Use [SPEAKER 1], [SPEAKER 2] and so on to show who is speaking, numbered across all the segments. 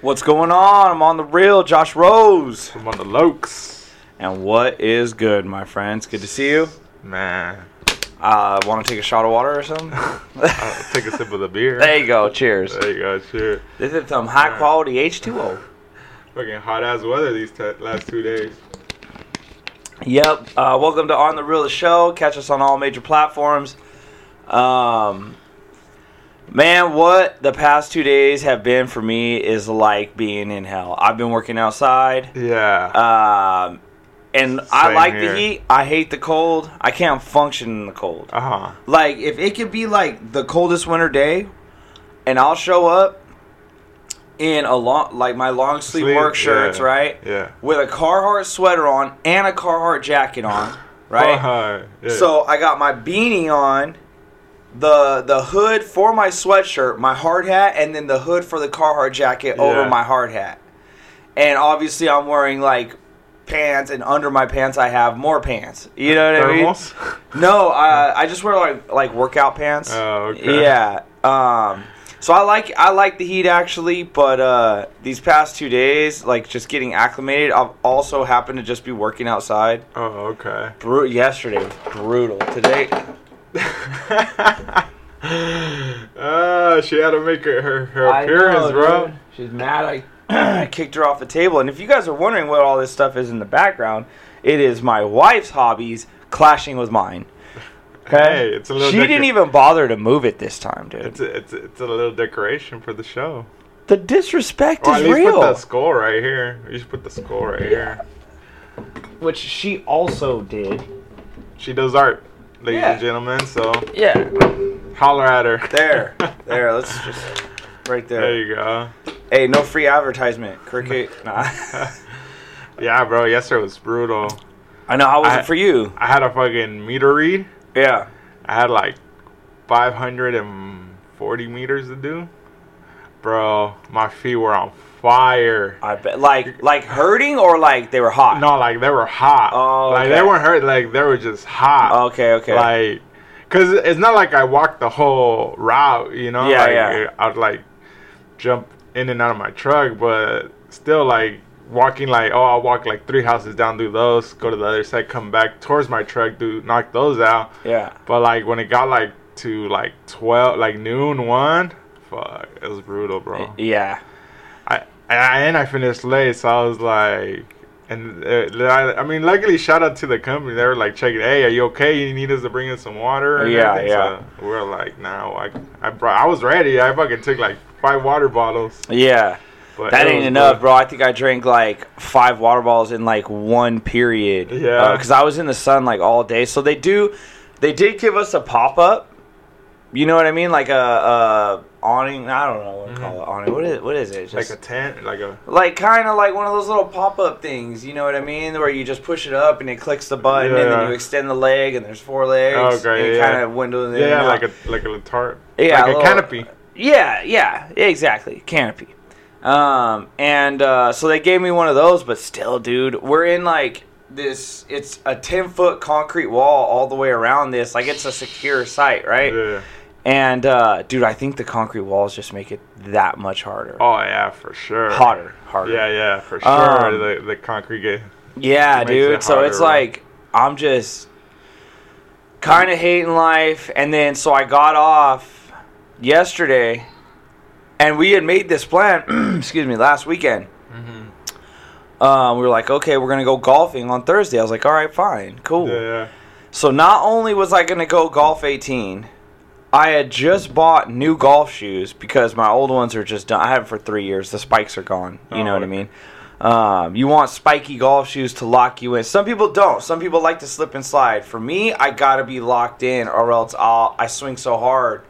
[SPEAKER 1] What's going on? I'm on the real Josh Rose.
[SPEAKER 2] I'm on the Lokes.
[SPEAKER 1] And what is good, my friends? Good to see you.
[SPEAKER 2] Man,
[SPEAKER 1] Uh, want to take a shot of water or something?
[SPEAKER 2] I'll take a sip of the beer.
[SPEAKER 1] there you go. Cheers.
[SPEAKER 2] There you go. Cheers.
[SPEAKER 1] This is some high quality H2O.
[SPEAKER 2] Fucking hot ass weather these t- last two days.
[SPEAKER 1] Yep. Uh, welcome to On the Real Show. Catch us on all major platforms. Um, man, what the past two days have been for me is like being in hell. I've been working outside.
[SPEAKER 2] Yeah.
[SPEAKER 1] Um, and I
[SPEAKER 2] Same
[SPEAKER 1] like
[SPEAKER 2] here.
[SPEAKER 1] the heat. I hate the cold. I can't function in the cold.
[SPEAKER 2] Uh huh.
[SPEAKER 1] Like if it could be like the coldest winter day, and I'll show up in a long like my long sleeve work shirts, right,
[SPEAKER 2] Yeah.
[SPEAKER 1] with a Carhartt sweater on and a Carhartt jacket on, right.
[SPEAKER 2] Uh-huh. Yeah.
[SPEAKER 1] So I got my beanie on, the the hood for my sweatshirt, my hard hat, and then the hood for the Carhartt jacket over
[SPEAKER 2] Yeah.
[SPEAKER 1] my hard hat. And obviously, I'm wearing like pants, and under my pants, I have more pants. You know what
[SPEAKER 2] Thermals?
[SPEAKER 1] I mean? No, I I just wear like like workout pants.
[SPEAKER 2] Oh, okay.
[SPEAKER 1] Yeah. Um. So I like I like the heat actually, but uh, these past two days, like just getting acclimated, I've also happened to just be working outside.
[SPEAKER 2] Oh, okay.
[SPEAKER 1] Bru- yesterday was brutal. Today,
[SPEAKER 2] Ah, she had to make her her, her
[SPEAKER 1] I
[SPEAKER 2] appearance,
[SPEAKER 1] know,
[SPEAKER 2] bro.
[SPEAKER 1] dude. She's mad. I kicked her off the table. And if you guys are wondering what all this stuff is in the background, it is my wife's hobbies clashing with mine.
[SPEAKER 2] Hey, it's a little.
[SPEAKER 1] She didn't
[SPEAKER 2] decor-
[SPEAKER 1] even bother to move it this time, dude.
[SPEAKER 2] It's a, it's, a, it's a little decoration for the show.
[SPEAKER 1] the disrespect
[SPEAKER 2] Or
[SPEAKER 1] is
[SPEAKER 2] at least
[SPEAKER 1] real,
[SPEAKER 2] put that skull right here. You should put the skull right here.
[SPEAKER 1] which she also did.
[SPEAKER 2] She does art, ladies
[SPEAKER 1] Yeah.
[SPEAKER 2] and gentlemen. So
[SPEAKER 1] Yeah.
[SPEAKER 2] holler at her.
[SPEAKER 1] There, there. Let's just right there.
[SPEAKER 2] There you go.
[SPEAKER 1] Hey, no free advertisement. Cricket. Nah.
[SPEAKER 2] Yeah, bro. Yesterday was brutal.
[SPEAKER 1] I know. How was
[SPEAKER 2] I-
[SPEAKER 1] it for you?
[SPEAKER 2] I had a fucking meter read.
[SPEAKER 1] Yeah.
[SPEAKER 2] I had like 540 meters to do. Bro, my feet were on fire.
[SPEAKER 1] I bet. Like, like hurting or like they were hot.
[SPEAKER 2] No, like they were hot.
[SPEAKER 1] Oh,
[SPEAKER 2] like
[SPEAKER 1] okay.
[SPEAKER 2] they weren't hurt. Like they were just hot.
[SPEAKER 1] Okay. Okay.
[SPEAKER 2] Like, cause it's not like I walked the whole route. You know.
[SPEAKER 1] Yeah,
[SPEAKER 2] Like,
[SPEAKER 1] yeah.
[SPEAKER 2] I would like jump in and out of my truck, but still like walking like oh I'll walk like three houses down, do those, go to the other side, come back towards my truck, do knock those out.
[SPEAKER 1] yeah.
[SPEAKER 2] But like when it got like to like twelve, like noon one, fuck, it was brutal, bro.
[SPEAKER 1] Yeah.
[SPEAKER 2] I I and I finished late, so I was like, and uh, I, I mean, luckily, shout out to the company. They were like checking, hey, are you okay? You need us to bring in some water? and
[SPEAKER 1] Yeah,
[SPEAKER 2] everything?"
[SPEAKER 1] yeah.
[SPEAKER 2] So we we're like, no, I I brought, I was ready. I fucking took like five water bottles.
[SPEAKER 1] Yeah.
[SPEAKER 2] But
[SPEAKER 1] That
[SPEAKER 2] it
[SPEAKER 1] ain't
[SPEAKER 2] was
[SPEAKER 1] enough,
[SPEAKER 2] good.
[SPEAKER 1] bro. I think I drank like five water bottles in like one period.
[SPEAKER 2] Yeah.
[SPEAKER 1] Because I was in the sun like all day. So they do, they did give us a pop up. You know what I mean? Like a, a awning. I don't know what to call it. Awning. What is, what is it? It's
[SPEAKER 2] Mm-hmm. Like
[SPEAKER 1] Just,
[SPEAKER 2] a
[SPEAKER 1] like
[SPEAKER 2] tent, like a
[SPEAKER 1] kind of like one of those little pop up things. You know what I mean? Where you just push it up and it clicks the button and
[SPEAKER 2] Yeah.
[SPEAKER 1] then you extend the leg and there's four legs.
[SPEAKER 2] Okay,
[SPEAKER 1] And
[SPEAKER 2] yeah.
[SPEAKER 1] kind of windows in.
[SPEAKER 2] yeah,
[SPEAKER 1] and out.
[SPEAKER 2] like a like a tarp,
[SPEAKER 1] Yeah,
[SPEAKER 2] like
[SPEAKER 1] a
[SPEAKER 2] a,
[SPEAKER 1] little-
[SPEAKER 2] canopy.
[SPEAKER 1] Yeah, yeah, exactly. Canopy. Um, and uh, so they gave me one of those, but still, dude, we're in like this. It's a ten foot concrete wall all the way around this. Like it's a secure site, right?
[SPEAKER 2] Yeah.
[SPEAKER 1] And uh, dude, I think the concrete walls just make it that much harder,
[SPEAKER 2] Oh yeah, for sure.
[SPEAKER 1] hotter, harder.
[SPEAKER 2] Yeah, yeah, for sure.
[SPEAKER 1] Um,
[SPEAKER 2] the the concrete gate.
[SPEAKER 1] Yeah,
[SPEAKER 2] It makes
[SPEAKER 1] dude.
[SPEAKER 2] it
[SPEAKER 1] So it's
[SPEAKER 2] harder, right?
[SPEAKER 1] like I'm just kind of hating life, and then so I got off yesterday, and we had made this plan. excuse me, last weekend.
[SPEAKER 2] Mm-hmm.
[SPEAKER 1] Um, we were like, okay, we're gonna go golfing on Thursday. I was like, all right, fine, cool.
[SPEAKER 2] Yeah, yeah.
[SPEAKER 1] So not only was I gonna go golf 18, I had just bought new golf shoes because my old ones are just done. I had them for three years. The spikes are gone. You
[SPEAKER 2] Oh,
[SPEAKER 1] know what I
[SPEAKER 2] okay.
[SPEAKER 1] mean? Um, you want spiky golf shoes to lock you in. Some people don't. Some people like to slip and slide. For me, I gotta be locked in, or else I'll I swing so hard,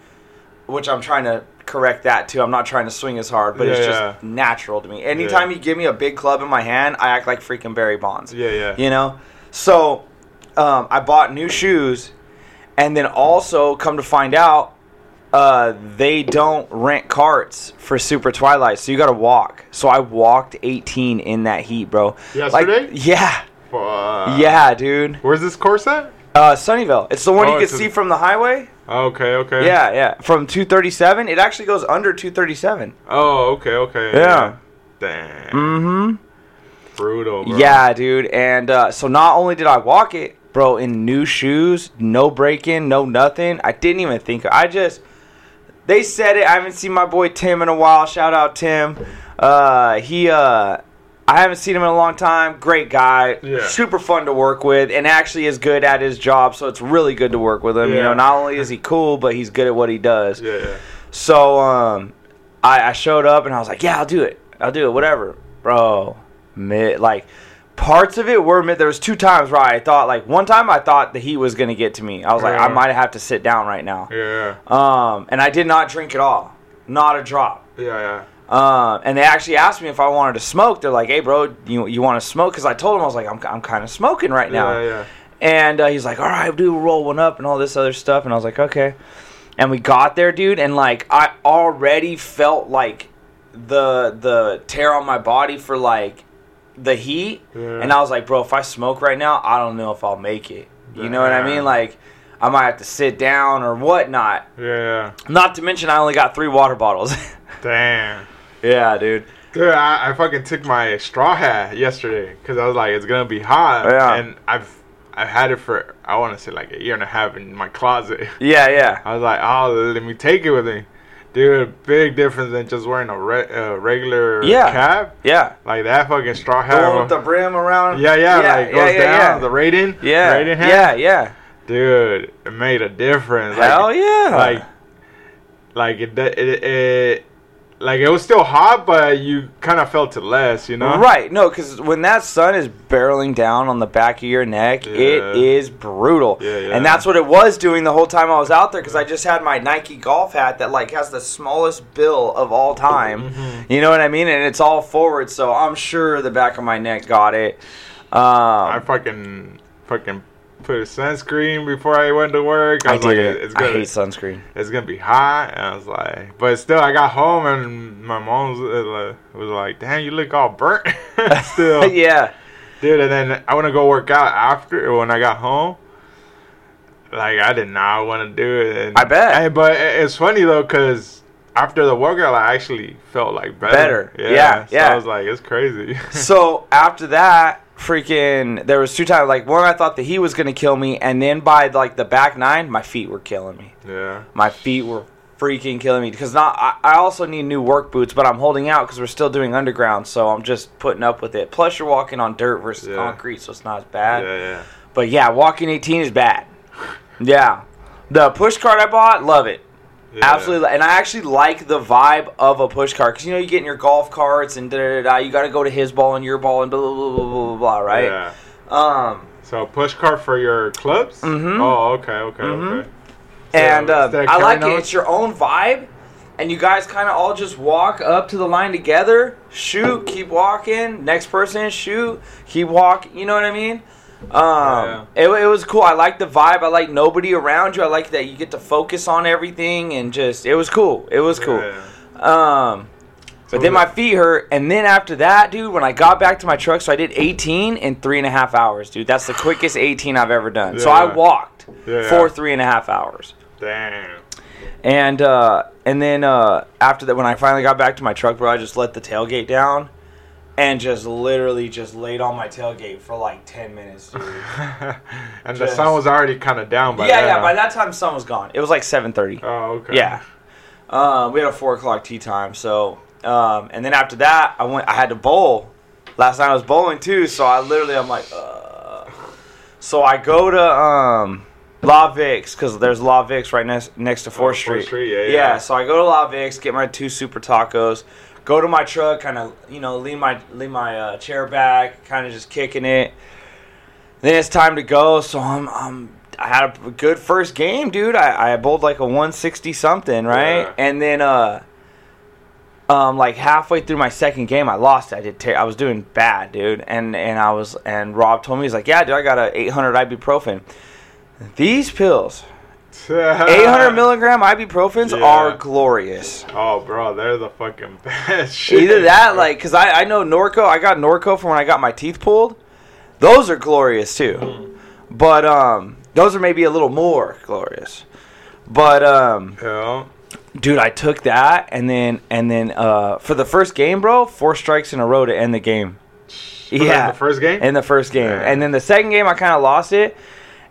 [SPEAKER 1] which I'm trying to correct that too. I'm not trying to swing as hard, but it's
[SPEAKER 2] Yeah,
[SPEAKER 1] just
[SPEAKER 2] yeah.
[SPEAKER 1] natural to me. Anytime you give me a big club in my hand, I act like freaking Barry Bonds
[SPEAKER 2] Yeah, yeah.
[SPEAKER 1] you know so um, i bought new shoes and then also come to find out uh, they don't rent carts for super twilight so you gotta walk so i walked 18 in that heat bro Like-
[SPEAKER 2] Yesterday? Uh.
[SPEAKER 1] yeah
[SPEAKER 2] Fuck.
[SPEAKER 1] yeah dude
[SPEAKER 2] Where's this course at?
[SPEAKER 1] uh, sunnyvale it's the one
[SPEAKER 2] Oh,
[SPEAKER 1] you can
[SPEAKER 2] it's a-
[SPEAKER 1] see from the highway
[SPEAKER 2] Okay, okay.
[SPEAKER 1] yeah yeah from 237 it actually goes under 237
[SPEAKER 2] Oh, okay, okay.
[SPEAKER 1] Yeah.
[SPEAKER 2] Damn.
[SPEAKER 1] Mm-hmm.
[SPEAKER 2] Brutal, bro.
[SPEAKER 1] Yeah, dude. And uh, so not only did I walk it, bro, in new shoes, no break in, no nothing. I didn't even think. I just they said it. I haven't seen my boy Tim in a while. Shout out Tim. Uh, he uh, I haven't seen him in a long time. Great guy.
[SPEAKER 2] Yeah.
[SPEAKER 1] Super fun to work with, and actually is good at his job. So it's really good to work with him. You
[SPEAKER 2] Yeah.
[SPEAKER 1] know, not only is he cool, but he's good at what he does.
[SPEAKER 2] Yeah, yeah.
[SPEAKER 1] So um, I, I showed up and I was like, yeah, I'll do it. I'll do it. Whatever, bro. Mid like parts of it were mid. There was two times where I thought like one time I thought the heat was gonna get to me. I was like, I
[SPEAKER 2] Yeah.
[SPEAKER 1] might have to sit down right now.
[SPEAKER 2] Yeah,
[SPEAKER 1] Um, and I did not drink at all, not a drop.
[SPEAKER 2] yeah, yeah.
[SPEAKER 1] Um, and they actually asked me if I wanted to smoke. They're like, hey, bro, you you want to smoke? Because I told them I was like, I'm I'm kind of smoking right now.
[SPEAKER 2] Yeah, yeah.
[SPEAKER 1] And uh, he's like, all right, dude, we'll roll one up and all this other stuff. And I was like, okay. And we got there, dude, and like I already felt like the the tear on my body for like the heat.
[SPEAKER 2] Yeah.
[SPEAKER 1] And I was like, bro, if I smoke right now, I don't know if I'll make it. You know what I mean?
[SPEAKER 2] Damn.
[SPEAKER 1] Like I might have to sit down or whatnot.
[SPEAKER 2] Yeah,
[SPEAKER 1] Not to mention I only got three water bottles.
[SPEAKER 2] yeah. Damn.
[SPEAKER 1] yeah, dude.
[SPEAKER 2] Dude, I, I fucking took my straw hat yesterday because I was like, it's gonna be hot.
[SPEAKER 1] Yeah.
[SPEAKER 2] And I've I've had it for I want to say like a year and a half in my closet.
[SPEAKER 1] Yeah, yeah.
[SPEAKER 2] I was like, oh, let me take it with me, dude. Big difference than just wearing a re- uh, regular
[SPEAKER 1] Yeah.
[SPEAKER 2] cap.
[SPEAKER 1] Yeah.
[SPEAKER 2] Like that fucking straw
[SPEAKER 1] The
[SPEAKER 2] hat.
[SPEAKER 1] one with the brim around.
[SPEAKER 2] yeah, yeah, like goes down
[SPEAKER 1] yeah.
[SPEAKER 2] the rating.
[SPEAKER 1] yeah,
[SPEAKER 2] rating hat.
[SPEAKER 1] yeah, yeah.
[SPEAKER 2] dude, it made a difference. Like,
[SPEAKER 1] Hell yeah.
[SPEAKER 2] Like, like it, it, it, it- like it was still hot, but you kind of felt it less, you know?
[SPEAKER 1] Right, no, because when that sun is barreling down on the back of your neck,
[SPEAKER 2] Yeah.
[SPEAKER 1] it is brutal.
[SPEAKER 2] Yeah, yeah.
[SPEAKER 1] And that's what it was doing the whole time I was out there because I just had my Nike golf hat that like has the smallest bill of all time.
[SPEAKER 2] Mm-hmm.
[SPEAKER 1] You know what I mean? And it's all forward, so I'm sure the back of my neck got it. Um,
[SPEAKER 2] I fucking, fucking put sunscreen before I went to work. I
[SPEAKER 1] I
[SPEAKER 2] was
[SPEAKER 1] did
[SPEAKER 2] like,
[SPEAKER 1] it.
[SPEAKER 2] it's
[SPEAKER 1] I
[SPEAKER 2] gonna,
[SPEAKER 1] hate sunscreen.
[SPEAKER 2] it's gonna be hot. And I was like, but still, I got home and my mom was, uh, like- was like, damn, you look all burnt still.
[SPEAKER 1] yeah,
[SPEAKER 2] Dude, and then I want to go work out after when I got home. Like I did not want to do it. And,
[SPEAKER 1] I bet.
[SPEAKER 2] Hey, but it- it's funny though, cause after the workout, I actually felt like better.
[SPEAKER 1] Better. Yeah,
[SPEAKER 2] So
[SPEAKER 1] yeah.
[SPEAKER 2] I was like, it's crazy.
[SPEAKER 1] so after that freaking there was two times like one i thought that he was gonna kill me and then by like the back nine my feet were killing me
[SPEAKER 2] yeah.
[SPEAKER 1] my feet were freaking killing me because not I, I also need new work boots but i'm holding out because we're still doing underground so i'm just putting up with it plus you're walking on dirt versus
[SPEAKER 2] Yeah.
[SPEAKER 1] concrete so it's not as
[SPEAKER 2] Yeah.
[SPEAKER 1] bad
[SPEAKER 2] Yeah.
[SPEAKER 1] but yeah walking 18 is bad yeah the push cart i bought love it
[SPEAKER 2] Yeah.
[SPEAKER 1] Absolutely, and I actually like the vibe of a push cart because you know you get in your golf carts and da da da. da, You got to go to his ball and your ball and blah blah blah blah blah blah, blah right?
[SPEAKER 2] Yeah.
[SPEAKER 1] Um,
[SPEAKER 2] So push cart for your clubs.
[SPEAKER 1] Mhm.
[SPEAKER 2] Oh, okay, okay,
[SPEAKER 1] Mm-hmm.
[SPEAKER 2] okay.
[SPEAKER 1] and
[SPEAKER 2] So,
[SPEAKER 1] uh,
[SPEAKER 2] instead of
[SPEAKER 1] I like
[SPEAKER 2] carrying
[SPEAKER 1] it.
[SPEAKER 2] those-
[SPEAKER 1] It's your own vibe, and you guys kind of all just walk up to the line together, shoot, keep walking. Next person, shoot, keep walk. You know what I mean? Um,
[SPEAKER 2] Yeah.
[SPEAKER 1] it, wa- it was cool. I like the vibe. I like nobody around you. I like that you get to focus on everything and just it was cool. It was cool.
[SPEAKER 2] Yeah.
[SPEAKER 1] Um,
[SPEAKER 2] So
[SPEAKER 1] but then
[SPEAKER 2] was
[SPEAKER 1] my feet hurt, and then after that, dude, when I got back to my truck, so I did 18 in three and a half hours, dude. That's the quickest 18 I've ever done. So
[SPEAKER 2] Yeah.
[SPEAKER 1] I walked
[SPEAKER 2] Yeah.
[SPEAKER 1] for three and a half hours,
[SPEAKER 2] Damn.
[SPEAKER 1] and uh, and then uh, after that, when I finally got back to my truck, bro, I just let the tailgate down, and just literally just laid on my tailgate for like 10 minutes, dude.
[SPEAKER 2] and the
[SPEAKER 1] Just-
[SPEAKER 2] sun was already kind of down by
[SPEAKER 1] yeah,
[SPEAKER 2] then,
[SPEAKER 1] yeah.
[SPEAKER 2] huh?
[SPEAKER 1] By that time, sun was gone. It was like 7:30.
[SPEAKER 2] Oh, okay.
[SPEAKER 1] Yeah. Uh, we had a four o'clock tea time, so um, and then after that, I went. I had to bowl. Last night I was bowling too, so I literally I'm like, uh. so I go to um, La Vix because there's La Vix right next next to Fourth Street.
[SPEAKER 2] Oh, Street, yeah, yeah.
[SPEAKER 1] So I go to La Vix, get my two super tacos, go to my truck, kind of you know lean my lean my uh, chair back, kind of just kicking it. Then it's time to go, so I'm I'm I had a good first game, dude. I I bowled like a 160 something, right?
[SPEAKER 2] Yeah.
[SPEAKER 1] And then uh. Um, like halfway through my second game, I lost. I did. Ter- I was doing bad, dude. And and I was. And Rob told me he's like, yeah, dude, I got a 800 ibuprofen. These pills, 800 milligram ibuprofens,
[SPEAKER 2] Uh-huh. Yeah.
[SPEAKER 1] are glorious.
[SPEAKER 2] Oh, bro, they're the fucking best shit.
[SPEAKER 1] Either that, like, cause I I know Norco. I got Norco from when I got my teeth pulled. Those are glorious too, but um, those are maybe a little more glorious. But um,
[SPEAKER 2] Yeah.
[SPEAKER 1] dude, I took that and then and then uh, for the first game, bro, four strikes in a row to end the game.
[SPEAKER 2] Was that in the first game?
[SPEAKER 1] In the first game,
[SPEAKER 2] Yeah.
[SPEAKER 1] and then the second game, I kind of lost it,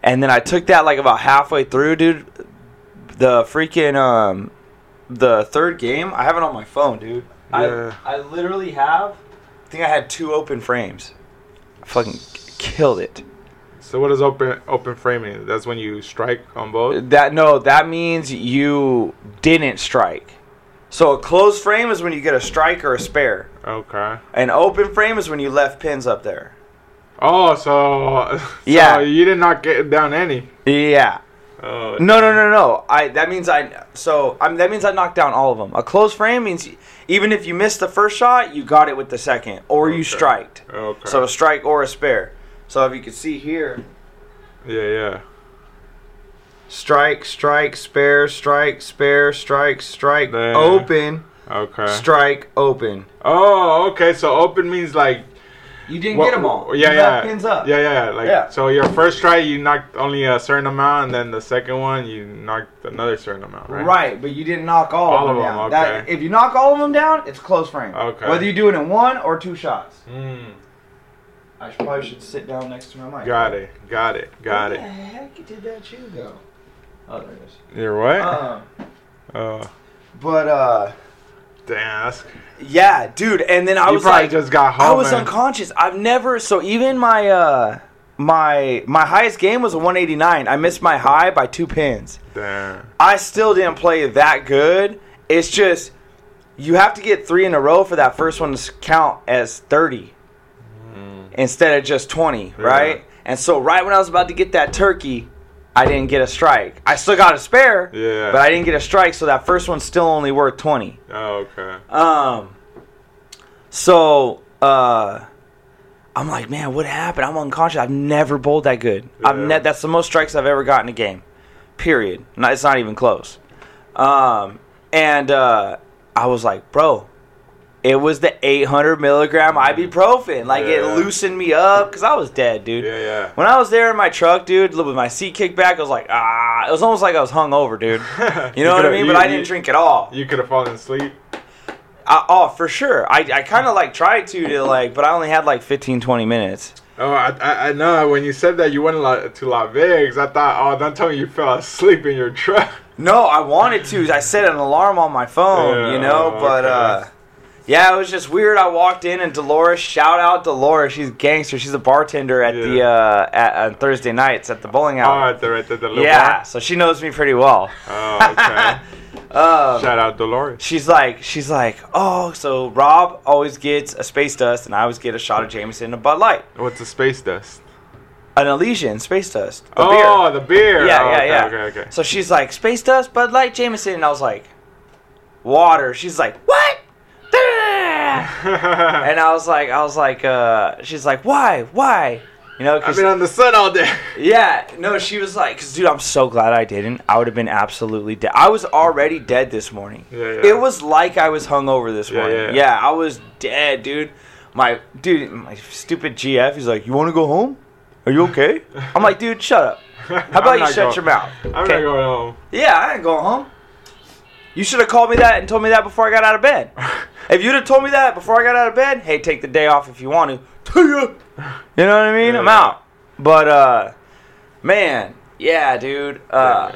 [SPEAKER 1] and then I took that like about halfway through, dude. The freaking um, the third game, I have it on my phone, dude.
[SPEAKER 2] Yeah.
[SPEAKER 1] I I literally have. I think I had two open frames. I fucking killed it.
[SPEAKER 2] So what is open open framing? That's when you strike on both.
[SPEAKER 1] That no, that means you didn't strike. So a closed frame is when you get a strike or a spare.
[SPEAKER 2] Okay.
[SPEAKER 1] An open frame is when you left pins up there.
[SPEAKER 2] Oh, so, so
[SPEAKER 1] Yeah.
[SPEAKER 2] you did not get down any.
[SPEAKER 1] Yeah.
[SPEAKER 2] Oh
[SPEAKER 1] No, no, no, no. I that means I so I mean, that means I knocked down all of them. A close frame means even if you missed the first shot, you got it with the second, or you
[SPEAKER 2] Okay.
[SPEAKER 1] striked.
[SPEAKER 2] Okay.
[SPEAKER 1] So a strike or a spare. So if you can see here,
[SPEAKER 2] yeah, yeah.
[SPEAKER 1] strike, strike, spare, strike, spare, strike, strike,
[SPEAKER 2] Yeah.
[SPEAKER 1] open,
[SPEAKER 2] Okay.
[SPEAKER 1] strike, open.
[SPEAKER 2] oh, okay. So open means like
[SPEAKER 1] You didn't
[SPEAKER 2] Well,
[SPEAKER 1] get them all.
[SPEAKER 2] Yeah,
[SPEAKER 1] you
[SPEAKER 2] yeah.
[SPEAKER 1] left Pins up.
[SPEAKER 2] Yeah, yeah, yeah. Like
[SPEAKER 1] Yeah.
[SPEAKER 2] so, your first try you knocked only a certain amount, and then the second one you knocked another certain amount, right?
[SPEAKER 1] Right, but you didn't knock all,
[SPEAKER 2] All
[SPEAKER 1] of them,
[SPEAKER 2] of them,
[SPEAKER 1] down.
[SPEAKER 2] okay.
[SPEAKER 1] That, if you knock all of them down, it's close frame.
[SPEAKER 2] Okay.
[SPEAKER 1] Whether you do it in one or two shots.
[SPEAKER 2] Mm,
[SPEAKER 1] I should, probably should sit down next to my mic.
[SPEAKER 2] got it. Got it. Got
[SPEAKER 1] Where the
[SPEAKER 2] it.
[SPEAKER 1] heck did that shoe go? Oh, there it is.
[SPEAKER 2] You're what?
[SPEAKER 1] Um,
[SPEAKER 2] oh,
[SPEAKER 1] but uh,
[SPEAKER 2] damn. That's,
[SPEAKER 1] yeah, dude. And then I
[SPEAKER 2] you
[SPEAKER 1] was
[SPEAKER 2] probably
[SPEAKER 1] like,
[SPEAKER 2] just got home.
[SPEAKER 1] I was
[SPEAKER 2] and-
[SPEAKER 1] unconscious. I've never so even my uh my my highest game was a 189. I missed my high by two pins.
[SPEAKER 2] Damn.
[SPEAKER 1] I still didn't play that good. It's just you have to get three in a row for that first one to s- count as 30 instead of just 20, right? And so, right when I was about to get that turkey, I didn't get a strike. I still got a spare,
[SPEAKER 2] Yeah.
[SPEAKER 1] but I didn't get a strike, so that first one still only worth 20.
[SPEAKER 2] Oh, okay.
[SPEAKER 1] Um, so uh, I'm like, man, what happened? I'm unconscious. I've never bowled that good. I've
[SPEAKER 2] Yeah.
[SPEAKER 1] ne- that's the most strikes I've ever got in a game. Period. Not, it's not even close. Um, and uh, I was like, bro, it was the 800 milligram ibuprofen. Like
[SPEAKER 2] Yeah.
[SPEAKER 1] it loosened me up because I was dead, dude.
[SPEAKER 2] Yeah, yeah.
[SPEAKER 1] When I was there in my truck, dude, with my seat kicked back, I was like, ah, it was almost like I was hungover, dude. You know what I
[SPEAKER 2] could've-
[SPEAKER 1] mean?
[SPEAKER 2] you-
[SPEAKER 1] but I
[SPEAKER 2] you-
[SPEAKER 1] didn't drink at all.
[SPEAKER 2] You could have fallen asleep.
[SPEAKER 1] I, oh, for sure. I, I kind of like tried to to like, but I only had like 15, 20 minutes.
[SPEAKER 2] Oh, I, I, I know. When you said that you went la- to Las Vegas, I thought, oh, don't tell me you fell asleep in your truck.
[SPEAKER 1] No, I wanted to. I set an alarm on my phone,
[SPEAKER 2] Yeah,
[SPEAKER 1] you know,
[SPEAKER 2] oh,
[SPEAKER 1] but
[SPEAKER 2] okay.
[SPEAKER 1] uh, yeah, it was just weird. I walked in and Dolores, shout out Dolores, she's a gangster. She's a bartender at the
[SPEAKER 2] Yeah.
[SPEAKER 1] uh, at, on Thursday nights at the bowling
[SPEAKER 2] Oh,
[SPEAKER 1] alley.
[SPEAKER 2] at the, at the, the little
[SPEAKER 1] yeah,
[SPEAKER 2] bar.
[SPEAKER 1] so she knows me pretty well.
[SPEAKER 2] Oh, okay.
[SPEAKER 1] Um,
[SPEAKER 2] Shout out Dolores.
[SPEAKER 1] she's like, she's like, oh, so Rob always gets a space dust, and I always get a shot of Jameson and a Bud Light,
[SPEAKER 2] What's the space dust?
[SPEAKER 1] an Elysian space dust. a beer.
[SPEAKER 2] oh, the beer.
[SPEAKER 1] Yeah,
[SPEAKER 2] Oh,
[SPEAKER 1] yeah,
[SPEAKER 2] okay,
[SPEAKER 1] yeah.
[SPEAKER 2] Okay, okay.
[SPEAKER 1] So she's like, Space Dust, Bud Light, Jameson. And I was like, Water. She's like, What? and I was like, I was like, uh, she's like, Why? Why? You know,
[SPEAKER 2] I've
[SPEAKER 1] because,
[SPEAKER 2] been on the sun all day.
[SPEAKER 1] yeah, no, she was like, because, dude, I'm so glad I didn't. I would have been absolutely dead. I was already dead this morning.
[SPEAKER 2] Yeah, yeah.
[SPEAKER 1] It was like I was hungover this
[SPEAKER 2] Yeah,
[SPEAKER 1] morning.
[SPEAKER 2] yeah.
[SPEAKER 1] yeah, I was dead, dude. My, dude, my stupid GF, he's like, You want to go home? Are you okay? I'm like, Dude, shut up. How about you shut your mouth?
[SPEAKER 2] I'm
[SPEAKER 1] okay?
[SPEAKER 2] not going home.
[SPEAKER 1] Yeah, I ain't going home. You should have called me that and told me that before I got out of bed. If you'd have told me that before I got out of bed, hey, take the day off if you want to. You know what I mean? I'm
[SPEAKER 2] Yeah.
[SPEAKER 1] out. But uh, man, yeah, dude. Uh,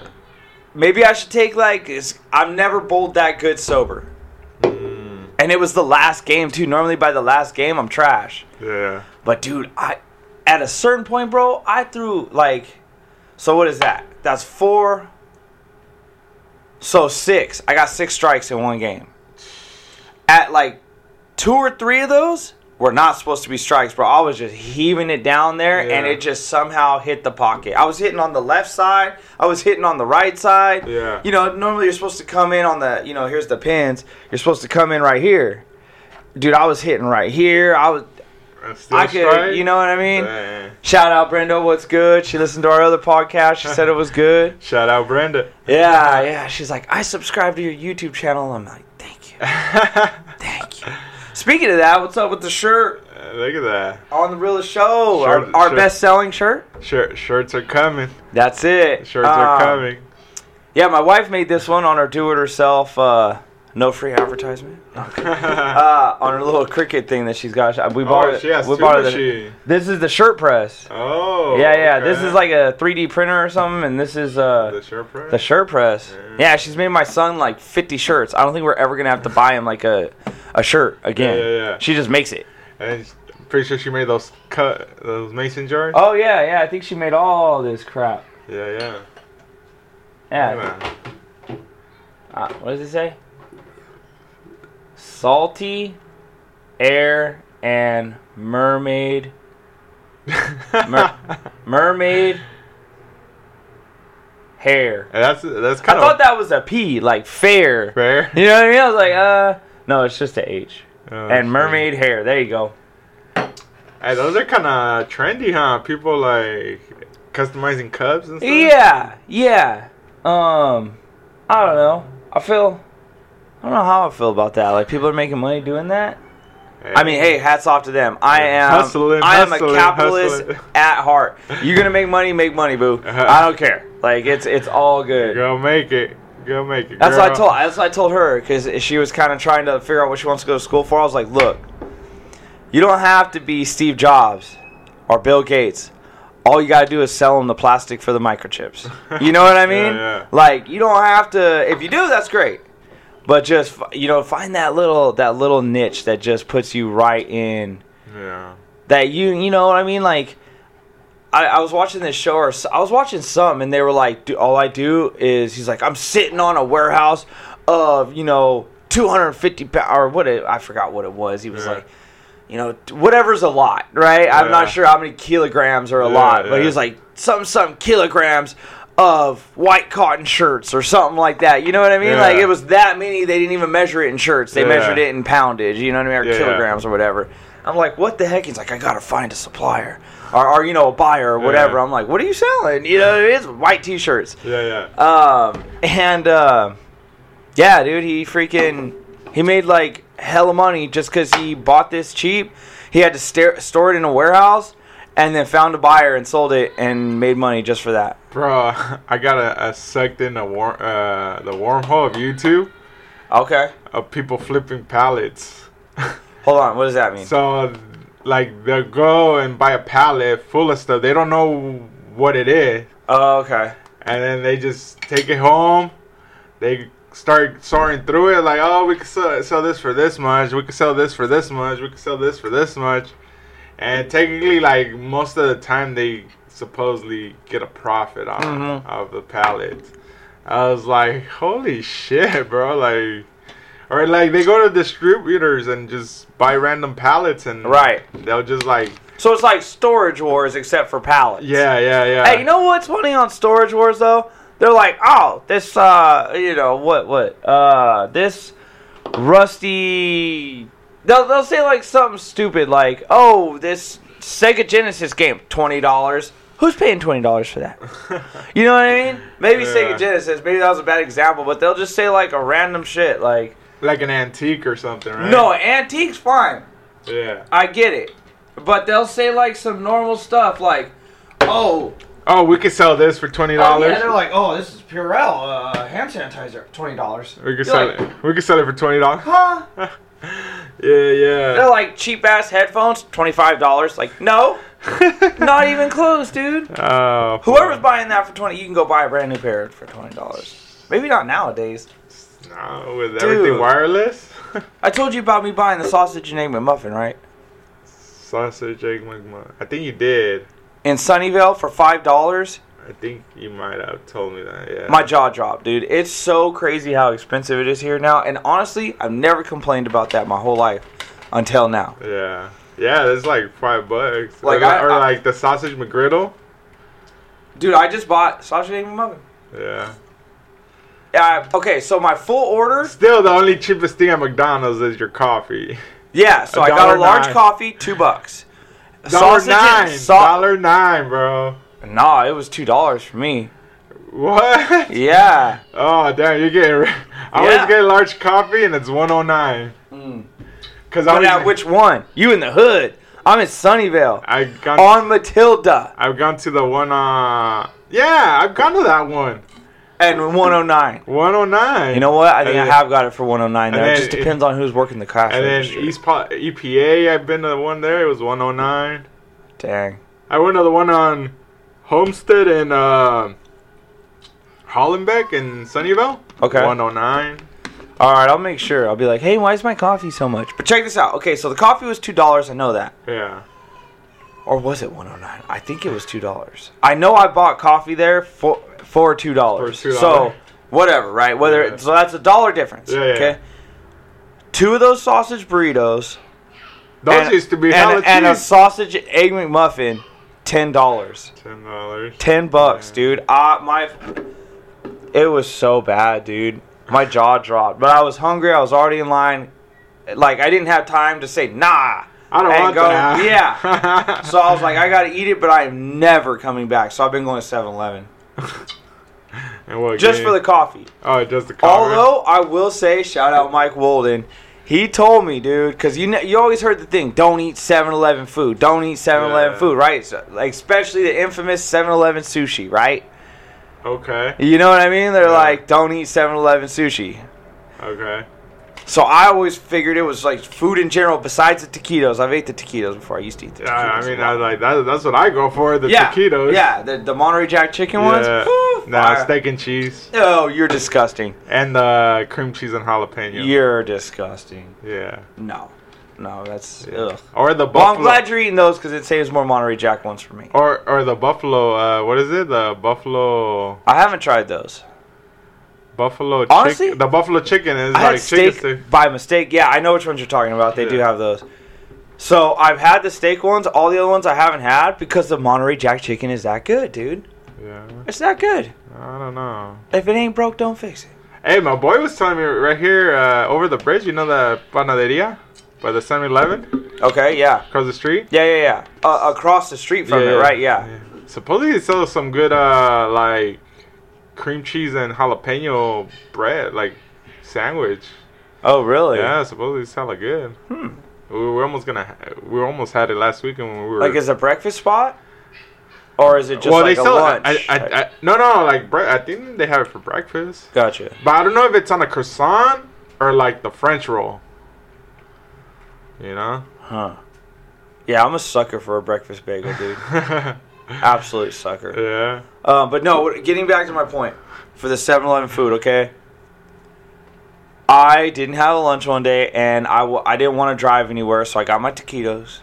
[SPEAKER 1] maybe I should take like is- I've never bowled that good sober, and it was the last game too. Normally by the last game I'm trash.
[SPEAKER 2] yeah.
[SPEAKER 1] But dude, I at a certain point, bro, I threw like so what is that? That's four so six. I got six strikes in one game. At like two or three of those were not supposed to be strikes, bro. I was just heaving it down there and
[SPEAKER 2] Yeah.
[SPEAKER 1] it just somehow hit the pocket. I was hitting on the left side, I was hitting on the right side.
[SPEAKER 2] Yeah.
[SPEAKER 1] You know, normally you're supposed to come in on the, you know, here's the pins. You're supposed to come in right here. Dude, I was hitting right here. I was
[SPEAKER 2] And still
[SPEAKER 1] I could,
[SPEAKER 2] strike?
[SPEAKER 1] you know what I mean?
[SPEAKER 2] Dang.
[SPEAKER 1] Shout out Brenda, what's good? She listened to our other podcast. She said it was good.
[SPEAKER 2] Shout out Brenda.
[SPEAKER 1] Yeah, yeah. She's like, I subscribe to your YouTube channel. I'm like, thank you, thank you. Speaking of that, what's up with the shirt
[SPEAKER 2] Uh, Look at that.
[SPEAKER 1] on the realest show?
[SPEAKER 2] Shirt-
[SPEAKER 1] our our
[SPEAKER 2] shirt.
[SPEAKER 1] best selling shirt.
[SPEAKER 2] Shir- shirts are coming.
[SPEAKER 1] That's it.
[SPEAKER 2] Shirts are
[SPEAKER 1] Um,
[SPEAKER 2] coming.
[SPEAKER 1] Yeah, my wife made this one on her do-it-herself, uh, no free advertisement. Uh, on her little cricket thing that she's got. We bought
[SPEAKER 2] oh,
[SPEAKER 1] it.
[SPEAKER 2] she has
[SPEAKER 1] we
[SPEAKER 2] two
[SPEAKER 1] bought it.
[SPEAKER 2] machine.
[SPEAKER 1] This is the shirt press.
[SPEAKER 2] Oh.
[SPEAKER 1] yeah, yeah. This
[SPEAKER 2] okay.
[SPEAKER 1] is like a 3D printer or something, and this is
[SPEAKER 2] the
[SPEAKER 1] uh,
[SPEAKER 2] shirt press.
[SPEAKER 1] the shirt press. Yeah. she's made my son like 50 shirts. I don't think we're ever gonna have to buy him like a, a shirt again.
[SPEAKER 2] Yeah, yeah, yeah.
[SPEAKER 1] She just makes it.
[SPEAKER 2] And s- pretty sure she made those cut those mason jars.
[SPEAKER 1] Oh yeah, yeah. I think she made all this crap.
[SPEAKER 2] Yeah, yeah.
[SPEAKER 1] Yeah.
[SPEAKER 2] Yeah.
[SPEAKER 1] Uh, what does it say? Salty, air, and mermaid. Mer- mermaid, hair.
[SPEAKER 2] And that's that's
[SPEAKER 1] I
[SPEAKER 2] kind
[SPEAKER 1] thought
[SPEAKER 2] of
[SPEAKER 1] that was a P, like fair.
[SPEAKER 2] fair.
[SPEAKER 1] You know what I mean? I was like, uh, no, it's just a H.
[SPEAKER 2] Oh, shit.
[SPEAKER 1] and mermaid hair. There you go.
[SPEAKER 2] Hey, those are kind of trendy, huh? People like customizing cups and stuff.
[SPEAKER 1] Yeah, yeah. Um, I don't know. I feel. I don't know how I feel about that. Like people are making money doing that. I mean, hey, hats off to them. I am
[SPEAKER 2] Hustling,
[SPEAKER 1] I am
[SPEAKER 2] hustling,
[SPEAKER 1] a capitalist
[SPEAKER 2] hustling.
[SPEAKER 1] at heart. You're gonna make money, make money, boo.
[SPEAKER 2] Uh-huh.
[SPEAKER 1] I don't care. Like it's it's all good.
[SPEAKER 2] go make it, go make it.
[SPEAKER 1] That's what I
[SPEAKER 2] girl.
[SPEAKER 1] told. That's what I told her because she was kind of trying to figure out what she wants to go to school for. I was like, look, you don't have to be Steve Jobs or Bill Gates. All you gotta do is sell them the plastic for the microchips. You know what I mean?
[SPEAKER 2] yeah.
[SPEAKER 1] Like you don't have to. If you do, that's great. But just f- you know, find that little that little niche that just puts you right in
[SPEAKER 2] Yeah.
[SPEAKER 1] that you you know what I mean like I, I was watching this show or s- I was watching some and they were like do, all I do is he's like I'm sitting on a warehouse of you know 250 pound or what it, I forgot what it was he was
[SPEAKER 2] Yeah.
[SPEAKER 1] like you know t- whatever's a lot right I'm
[SPEAKER 2] Yeah.
[SPEAKER 1] not sure how many kilograms are a
[SPEAKER 2] Yeah,
[SPEAKER 1] lot but
[SPEAKER 2] yeah.
[SPEAKER 1] he was like some some kilograms of white cotton shirts or something like that you know what I mean
[SPEAKER 2] Yeah.
[SPEAKER 1] like it was that many they didn't even measure it in shirts they
[SPEAKER 2] Yeah.
[SPEAKER 1] measured it in poundage you know what I mean or
[SPEAKER 2] Yeah, yeah.
[SPEAKER 1] kilograms or whatever. I'm like, what the heck? He's like, I gotta find a supplier or, or you know, a buyer or whatever.
[SPEAKER 2] Yeah.
[SPEAKER 1] I'm like, what are you selling? You know, what it is white t-shirts.
[SPEAKER 2] Yeah, yeah.
[SPEAKER 1] Um, and uh, yeah, dude, he freaking he made like hella money just because he bought this cheap. He had to stare, store it in a warehouse and then found a buyer and sold it and made money just for that.
[SPEAKER 2] Bro, I got a, a sucked in the war, uh, the wormhole of YouTube
[SPEAKER 1] Okay,
[SPEAKER 2] of people flipping pallets.
[SPEAKER 1] hold on, what does that mean?
[SPEAKER 2] So, like, they'll go and buy a pallet full of stuff. They don't know what it is.
[SPEAKER 1] Oh, okay.
[SPEAKER 2] And then they just take it home. They start sorting through it, like, oh, we could sell, sell this for this much. We could sell this for this much. We could sell this for this much. And technically, like, most of the time, they supposedly get a profit on
[SPEAKER 1] Mhm.
[SPEAKER 2] of the pallets. I was like, holy shit, bro. Like, or like they go to distributors and just buy random pallets and
[SPEAKER 1] Right.
[SPEAKER 2] They'll just like,
[SPEAKER 1] So it's like storage wars except for pallets.
[SPEAKER 2] yeah, yeah, yeah.
[SPEAKER 1] Hey, you know what's funny on Storage Wars though? They're like, oh, this, uh, you know, what, what, uh, this rusty. They'll, they'll say like something stupid like, oh, this Sega Genesis game, twenty dollars. Who's paying twenty dollars for that? You know what I mean? Maybe
[SPEAKER 2] Yeah.
[SPEAKER 1] Sega Genesis. Maybe that was a bad example, but they'll just say like a random shit like,
[SPEAKER 2] like an antique or something, right?
[SPEAKER 1] no, antiques fine.
[SPEAKER 2] Yeah.
[SPEAKER 1] I get it, but they'll say like some normal stuff like, oh,
[SPEAKER 2] Oh, we could sell this for twenty
[SPEAKER 1] Oh,
[SPEAKER 2] dollars.
[SPEAKER 1] yeah, they're like, oh, this is Purell uh, hand sanitizer, twenty dollars.
[SPEAKER 2] we could sell it. We could sell it for twenty dollars.
[SPEAKER 1] Huh?
[SPEAKER 2] Yeah,
[SPEAKER 1] They're
[SPEAKER 2] yeah.
[SPEAKER 1] like cheap ass headphones, twenty five dollars. Like, no, not even close, dude.
[SPEAKER 2] Oh,
[SPEAKER 1] Whoever's buying that for twenty, you can go buy a brand new pair for twenty dollars. Maybe not nowadays.
[SPEAKER 2] no, with everything wireless.
[SPEAKER 1] I told you about me buying the sausage and egg McMuffin, right?
[SPEAKER 2] Sausage egg McMuffin. I think you did.
[SPEAKER 1] In Sunnyvale for five dollars,
[SPEAKER 2] I think you might have told me that. Yeah.
[SPEAKER 1] my jaw dropped, dude. It's so crazy how expensive it is here now. And honestly, I've never complained about that my whole life until now.
[SPEAKER 2] Yeah. Yeah, it's like five bucks.
[SPEAKER 1] Like,
[SPEAKER 2] Like
[SPEAKER 1] I-
[SPEAKER 2] or
[SPEAKER 1] I-
[SPEAKER 2] like the sausage McGriddle.
[SPEAKER 1] Dude, I just bought sausage and egg McMuffin.
[SPEAKER 2] Yeah.
[SPEAKER 1] Uh, okay, so my full order.
[SPEAKER 2] Still, the only cheapest thing at McDonald's is your coffee.
[SPEAKER 1] Yeah, so I got a
[SPEAKER 2] dollar
[SPEAKER 1] large
[SPEAKER 2] nine.
[SPEAKER 1] coffee, two bucks.
[SPEAKER 2] Dollar
[SPEAKER 1] and-
[SPEAKER 2] nine. Dollar nine, bro.
[SPEAKER 1] Nah, it was two dollars for me.
[SPEAKER 2] What?
[SPEAKER 1] Yeah.
[SPEAKER 2] Oh damn, you're getting. Re- I
[SPEAKER 1] Yeah.
[SPEAKER 2] always get large coffee and it's 109. Cause I
[SPEAKER 1] Mm. But
[SPEAKER 2] was,
[SPEAKER 1] at which one? You in the hood. I'm in Sunnyvale.
[SPEAKER 2] I've gone.
[SPEAKER 1] On Matilda.
[SPEAKER 2] I've gone to the one. oh Uh, yeah, I've gone to that one.
[SPEAKER 1] and 109.
[SPEAKER 2] 109.
[SPEAKER 1] You know what? I think
[SPEAKER 2] And
[SPEAKER 1] I
[SPEAKER 2] then-
[SPEAKER 1] have got it for 109
[SPEAKER 2] and
[SPEAKER 1] there. It
[SPEAKER 2] then
[SPEAKER 1] just
[SPEAKER 2] it-
[SPEAKER 1] depends on who's working the cash
[SPEAKER 2] And then
[SPEAKER 1] register.
[SPEAKER 2] East Po- EPA, I've been to the one there. It was 109.
[SPEAKER 1] Dang.
[SPEAKER 2] I went to the one on Homestead and uh, Hollenbeck and Sunnyvale.
[SPEAKER 1] Okay.
[SPEAKER 2] 109.
[SPEAKER 1] All right, I'll make sure. I'll be like, hey, why is my coffee so much? But check this out. Okay, so the coffee was $2. I know that.
[SPEAKER 2] Yeah.
[SPEAKER 1] Or was it 109 I think it was $2. I know I bought coffee there for, for $2.
[SPEAKER 2] For $2.
[SPEAKER 1] So, whatever, right? Whether
[SPEAKER 2] Yeah.
[SPEAKER 1] So that's a dollar difference.
[SPEAKER 2] Yeah, yeah.
[SPEAKER 1] Okay. Two of those sausage burritos
[SPEAKER 2] Those used to be hella
[SPEAKER 1] and,
[SPEAKER 2] cheap.
[SPEAKER 1] and a sausage egg McMuffin, $10.
[SPEAKER 2] Ten dollars.
[SPEAKER 1] 10 bucks,
[SPEAKER 2] Yeah.
[SPEAKER 1] dude. Ah, my It was so bad, dude. My jaw dropped. But I was hungry. I was already in line. Like I didn't have time to say nah.
[SPEAKER 2] I don't
[SPEAKER 1] and
[SPEAKER 2] want
[SPEAKER 1] go-
[SPEAKER 2] that.
[SPEAKER 1] yeah. So I was like, I gotta eat it, but I am never coming back. So I've been going to 7-Eleven
[SPEAKER 2] and what,
[SPEAKER 1] just
[SPEAKER 2] game?
[SPEAKER 1] for the coffee.
[SPEAKER 2] oh, just the cover.
[SPEAKER 1] Although I will say, shout out Mike Walden. He told me, dude, because you know, you always heard the thing, don't eat 7-Eleven food, don't eat 7-Eleven
[SPEAKER 2] Yeah.
[SPEAKER 1] food, right? So, like especially the infamous 7-Eleven sushi, right?
[SPEAKER 2] okay,
[SPEAKER 1] You know what I mean? They're
[SPEAKER 2] Yeah.
[SPEAKER 1] like, don't eat 7 Eleven sushi.
[SPEAKER 2] okay,
[SPEAKER 1] So I always figured it was like food in general, besides the taquitos. I've ate the taquitos before. I used to eat the taquitos.
[SPEAKER 2] yeah. I mean,
[SPEAKER 1] a lot.
[SPEAKER 2] I was like that, that's what I go for the
[SPEAKER 1] yeah,
[SPEAKER 2] taquitos.
[SPEAKER 1] Yeah, the, the Monterey Jack chicken ones.
[SPEAKER 2] yeah.
[SPEAKER 1] Woo,
[SPEAKER 2] Nah,
[SPEAKER 1] fire.
[SPEAKER 2] steak and cheese
[SPEAKER 1] Oh, you're disgusting.
[SPEAKER 2] and the cream cheese and jalapeno.
[SPEAKER 1] You're disgusting.
[SPEAKER 2] yeah.
[SPEAKER 1] No. No, that's.
[SPEAKER 2] Yeah.
[SPEAKER 1] Ugh.
[SPEAKER 2] Or the
[SPEAKER 1] Well, I'm
[SPEAKER 2] buffalo.
[SPEAKER 1] glad you're eating those because it saves more Monterey Jack ones for me.
[SPEAKER 2] or or the buffalo. Uh, what is it? The buffalo
[SPEAKER 1] I haven't tried those.
[SPEAKER 2] buffalo.
[SPEAKER 1] Honestly,
[SPEAKER 2] chick, the buffalo chicken is
[SPEAKER 1] I
[SPEAKER 2] like
[SPEAKER 1] had steak
[SPEAKER 2] chicken. Steak.
[SPEAKER 1] by mistake. Yeah, I know which ones you're talking about. They do
[SPEAKER 2] Yeah.
[SPEAKER 1] have those. So I've had the steak ones. All the other ones I haven't had because the Monterey Jack chicken is that good, dude.
[SPEAKER 2] Yeah,
[SPEAKER 1] It's that good.
[SPEAKER 2] I don't know.
[SPEAKER 1] If it ain't broke, don't fix it.
[SPEAKER 2] Hey, my boy was telling me right here uh, over the bridge. You know the panaderia by the 7-Eleven
[SPEAKER 1] Okay, yeah,
[SPEAKER 2] across the street.
[SPEAKER 1] yeah, yeah, yeah. Uh, across the street from it, right? Yeah.
[SPEAKER 2] Supposedly they sell some good uh like cream cheese and jalapeno bread, like sandwich.
[SPEAKER 1] Oh, really?
[SPEAKER 2] Yeah, supposedly it's hella good. Hmm. We were almost gonna, ha- we almost had it last weekend when we were.
[SPEAKER 1] Like, is it a breakfast spot, or is it just like a lunch?
[SPEAKER 2] I, I, I, no, no, like bre- I think they have it for breakfast,
[SPEAKER 1] gotcha.
[SPEAKER 2] but I don't know if it's on a croissant or like the French roll. You know.
[SPEAKER 1] Huh. Yeah, I'm a sucker for a breakfast bagel, dude.
[SPEAKER 2] yeah.
[SPEAKER 1] Absolute sucker. Uh, but no, what- getting back to my point for the 7 Eleven food, okay? I didn't have a lunch one day and I w- I didn't want to drive anywhere, so I got my taquitos,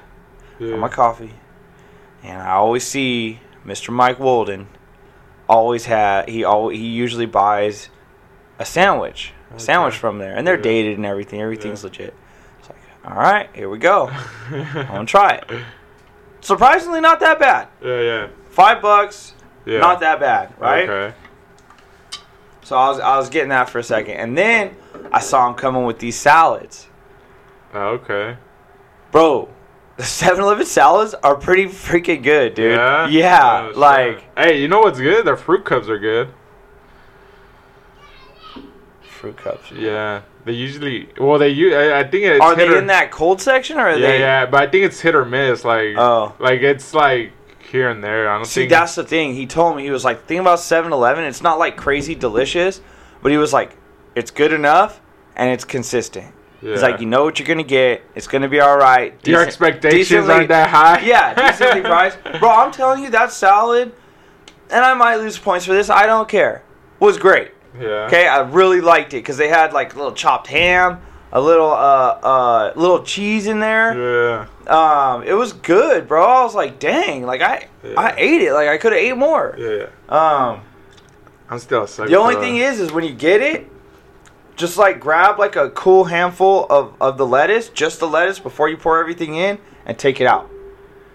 [SPEAKER 2] Yeah.
[SPEAKER 1] got my coffee, and I always see Mr. Mike Walden always had, he, al- he usually buys a sandwich, a sandwich
[SPEAKER 2] Okay.
[SPEAKER 1] from there, and they're
[SPEAKER 2] Yeah.
[SPEAKER 1] dated and everything, everything's legit. It's like, all right, here we go. I'm going to try it. Surprisingly, not that bad.
[SPEAKER 2] yeah. Yeah.
[SPEAKER 1] Five bucks,
[SPEAKER 2] Yeah.
[SPEAKER 1] not that bad, right?
[SPEAKER 2] Okay.
[SPEAKER 1] So I was I was getting that for a second, and then I saw him coming with these salads,
[SPEAKER 2] Uh, Okay.
[SPEAKER 1] bro. The 7-Eleven salads are pretty freaking good, dude.
[SPEAKER 2] Yeah.
[SPEAKER 1] Yeah,
[SPEAKER 2] Oh,
[SPEAKER 1] like
[SPEAKER 2] shit. Hey, you know what's good? Their fruit cups are good.
[SPEAKER 1] fruit cups.
[SPEAKER 2] Yeah. They usually. Well, they. u- I I think it's.
[SPEAKER 1] Are
[SPEAKER 2] hit
[SPEAKER 1] they
[SPEAKER 2] or,
[SPEAKER 1] in that cold section or are
[SPEAKER 2] Yeah,
[SPEAKER 1] they?
[SPEAKER 2] yeah. But I think it's hit or miss. Like.
[SPEAKER 1] Oh.
[SPEAKER 2] Like it's like here and there. I don't
[SPEAKER 1] See,
[SPEAKER 2] think.
[SPEAKER 1] that's the thing. He told me he was like, think about 7-Eleven. It's not like crazy delicious, but he was like, it's good enough and it's consistent.
[SPEAKER 2] yeah.
[SPEAKER 1] He's like, you know what you're gonna get. It's gonna be all right.
[SPEAKER 2] Your
[SPEAKER 1] Decent-
[SPEAKER 2] expectations
[SPEAKER 1] decently-
[SPEAKER 2] aren't that high.
[SPEAKER 1] Yeah, decently priced. Bro, I'm telling you, that salad, and I might lose points for this. I don't care. Was great.
[SPEAKER 2] Yeah.
[SPEAKER 1] Okay, I really liked it because they had like a little chopped ham, a little uh uh little cheese in there.
[SPEAKER 2] Yeah.
[SPEAKER 1] Um, it was good, bro. I was like, dang, like I I
[SPEAKER 2] Yeah.
[SPEAKER 1] ate it. Like I could have ate more.
[SPEAKER 2] Yeah.
[SPEAKER 1] Um,
[SPEAKER 2] I'm still sick.
[SPEAKER 1] the only thing is, is when you get it. Just like grab like a cool handful of, of the lettuce, just the lettuce before you pour everything in, and take it out,